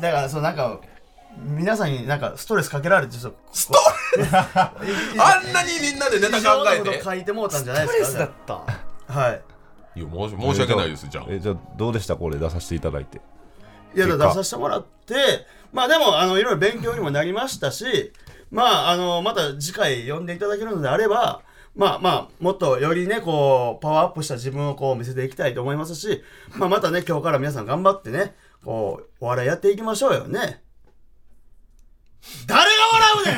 Speaker 4: だからそのなんか皆さんになんかストレスかけられてちょっとスト
Speaker 1: あんなにみんなでネタ考えて
Speaker 4: こと書いてもうたんじゃない
Speaker 2: レ
Speaker 4: で
Speaker 2: ス
Speaker 4: す
Speaker 2: だっ
Speaker 4: か
Speaker 2: た
Speaker 4: はい
Speaker 1: いや申し申し訳ないですじゃあ
Speaker 3: えじゃあどうでしたこれ出させていただいて
Speaker 4: いやだ
Speaker 3: 結
Speaker 4: から
Speaker 3: 果
Speaker 4: 出させてもらってまあでもあのいろいろ勉強にもなりましたしまああのまた次回呼んでいただけるのであればまあまあもっとよりねこうパワーアップした自分をこう見せていきたいと思いますし、まあ、またね今日から皆さん頑張ってねこうお笑いやっていきましょうよね誰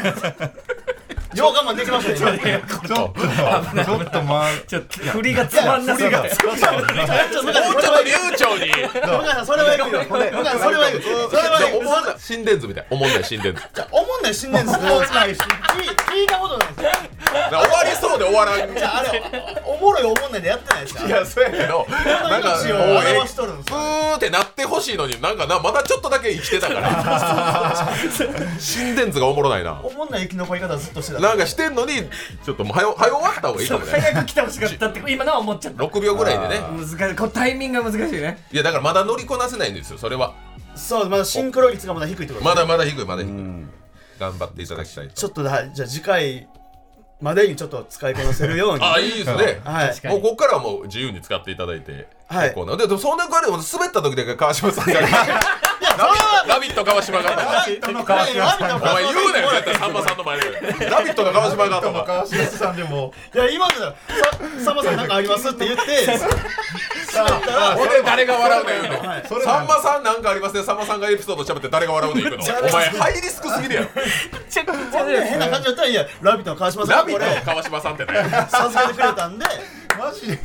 Speaker 4: が笑うねんよう我慢できましたね今
Speaker 3: ちょっとちょっとまあ
Speaker 2: ちょっと振りがつまんなさが
Speaker 4: ちょっと
Speaker 1: もうちょっと流暢に
Speaker 4: 向井さんそれは行くよ向井さんそれは行くそれは行
Speaker 1: お
Speaker 4: く
Speaker 1: もんない心電図みたいおもんない心電図
Speaker 4: じゃあおもんない新年ですねおもんないし聞いたことないですよ
Speaker 1: だから終わりそうで終わ らんい
Speaker 4: じゃああれおもろいおもんないでやってないですか
Speaker 1: やそうやけどなんかもう
Speaker 4: 命を
Speaker 1: え
Speaker 4: 表しとるんです
Speaker 1: ふ
Speaker 4: よ
Speaker 1: ーってなってほしいのになんかなまだちょっとだけ生きてたから 心電図がおもろないな
Speaker 4: おもんない生き残り方ずっとしてた
Speaker 1: なんかしてんのにちょっともう早う早終わった方がいいかもね
Speaker 2: 早く来てほしかったって今のは思っちゃった
Speaker 1: 6秒ぐらいでね
Speaker 2: 難しいこうタイミングが難しいね
Speaker 1: いやだからまだ乗りこなせないんですよそれは
Speaker 4: そうまだシンクロ率がまだ低いってこと
Speaker 1: ま
Speaker 4: だ
Speaker 1: だまだ低いまだ低い頑張っていただきたいと
Speaker 4: ちょっとだじゃあ次回までにちょっと使いこなせるように
Speaker 1: あいいですね
Speaker 4: はい
Speaker 2: かに
Speaker 1: もうここからはもう自由に使っていただいて
Speaker 4: はい
Speaker 1: 結構なのででもそんな彼も滑った時だけ川島さんが
Speaker 4: い
Speaker 1: 「ラビット!」 ラビット川島が
Speaker 3: ラビットの川島さん
Speaker 1: お
Speaker 3: が
Speaker 1: 前言うなよ絶対さんまさんの前で「ラビット!」の川島がと
Speaker 3: ラビットの
Speaker 1: か
Speaker 3: 川島さんでも
Speaker 4: いや今のささんまさんなんかありますって言って
Speaker 1: 俺誰が笑うねん言う
Speaker 4: は
Speaker 1: の
Speaker 4: い
Speaker 3: それ
Speaker 1: さ
Speaker 3: なんん
Speaker 1: まさんなんかありますねさんまさんがエピソード喋って誰が笑うねん言うのお前ハイリスクすぎるやろ
Speaker 4: ほんで変な感じだったら「いやラビット!」の川
Speaker 1: 「
Speaker 4: 島さ
Speaker 1: ラ
Speaker 4: ん
Speaker 1: ビ
Speaker 4: こ
Speaker 1: ット!」の
Speaker 4: れ
Speaker 1: 川島さんってね
Speaker 4: 授けてくれたんで
Speaker 3: マジで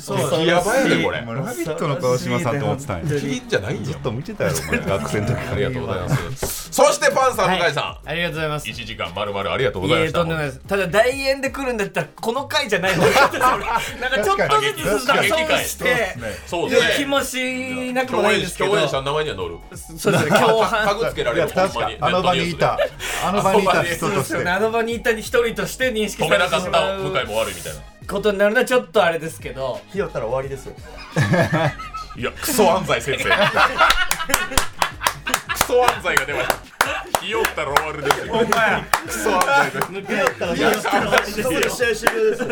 Speaker 4: そう
Speaker 1: 激ヤバやでこれ
Speaker 3: もうラビットの川島さんって思ってたんやず
Speaker 1: キリンじゃないんや
Speaker 3: っと見てたやろお前学生の時
Speaker 1: あ
Speaker 3: か
Speaker 1: り
Speaker 3: ら
Speaker 1: がとうございますそしてパンサー向井さん
Speaker 2: ありがとうございます
Speaker 1: 1時間まるまるありがとうご
Speaker 2: い
Speaker 1: ざいま
Speaker 2: え
Speaker 1: し
Speaker 2: とんでもない
Speaker 1: た
Speaker 2: ですただ大円で来るんだったらこの回じゃないのかなんかちょっとず
Speaker 1: 確
Speaker 2: つ
Speaker 1: かに
Speaker 2: 打損し
Speaker 1: 確か
Speaker 2: て
Speaker 1: そう
Speaker 2: い
Speaker 1: です
Speaker 2: や気
Speaker 1: ね
Speaker 2: もしなくも
Speaker 1: 共
Speaker 2: ないん
Speaker 1: 演
Speaker 2: ですけど
Speaker 1: 共演者の名前には載る
Speaker 2: そうですね共
Speaker 1: タ
Speaker 2: 犯
Speaker 1: グつけら
Speaker 3: い
Speaker 1: れ
Speaker 3: や
Speaker 1: るほん
Speaker 3: 確
Speaker 1: ま
Speaker 3: か
Speaker 1: に
Speaker 3: あの場にいたあの場にいた人
Speaker 2: そう
Speaker 3: と
Speaker 2: で
Speaker 3: し
Speaker 2: す
Speaker 3: て
Speaker 2: よねあの場にいた一人として認識
Speaker 1: 止
Speaker 2: さ
Speaker 1: め
Speaker 2: れ
Speaker 1: な
Speaker 2: て
Speaker 1: かっ
Speaker 2: したま
Speaker 1: 向井
Speaker 2: う
Speaker 1: も悪いみたいな
Speaker 2: ことになるのはちょっとあれですけど
Speaker 4: ひよったら終わりですよ
Speaker 1: いやクソ安西先生クソ安西が出ましたひよったロワールですよクソ安西が
Speaker 4: ひよったら終わりですそこで試合終了です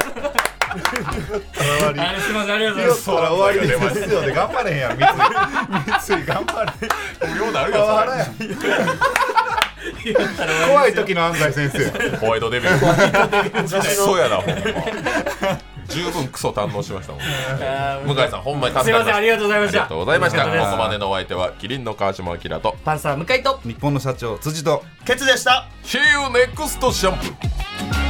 Speaker 2: あれすいませんありがとうござい
Speaker 3: よ
Speaker 2: ま
Speaker 3: っ
Speaker 2: す
Speaker 3: たら終わりですよで頑張れへんやん三井三井頑張れ
Speaker 1: 無料なるよ
Speaker 3: パワハラやん怖い時の安西先生
Speaker 1: それホワイトデビュークソやなほんま十分クソ堪能しましたも ん
Speaker 2: あー
Speaker 1: 向井さんほんまに助
Speaker 2: すい
Speaker 1: か
Speaker 2: ま
Speaker 1: り
Speaker 2: せんありがとうございま
Speaker 1: あ
Speaker 2: し
Speaker 1: り
Speaker 2: た
Speaker 1: がとうございました
Speaker 2: ありがとうござい
Speaker 1: ここまでのお相手はキリンの川島明と
Speaker 2: パンサー向井と
Speaker 3: 日本の社長辻と
Speaker 4: ケツでした
Speaker 1: See you next シャンプー
Speaker 7: 「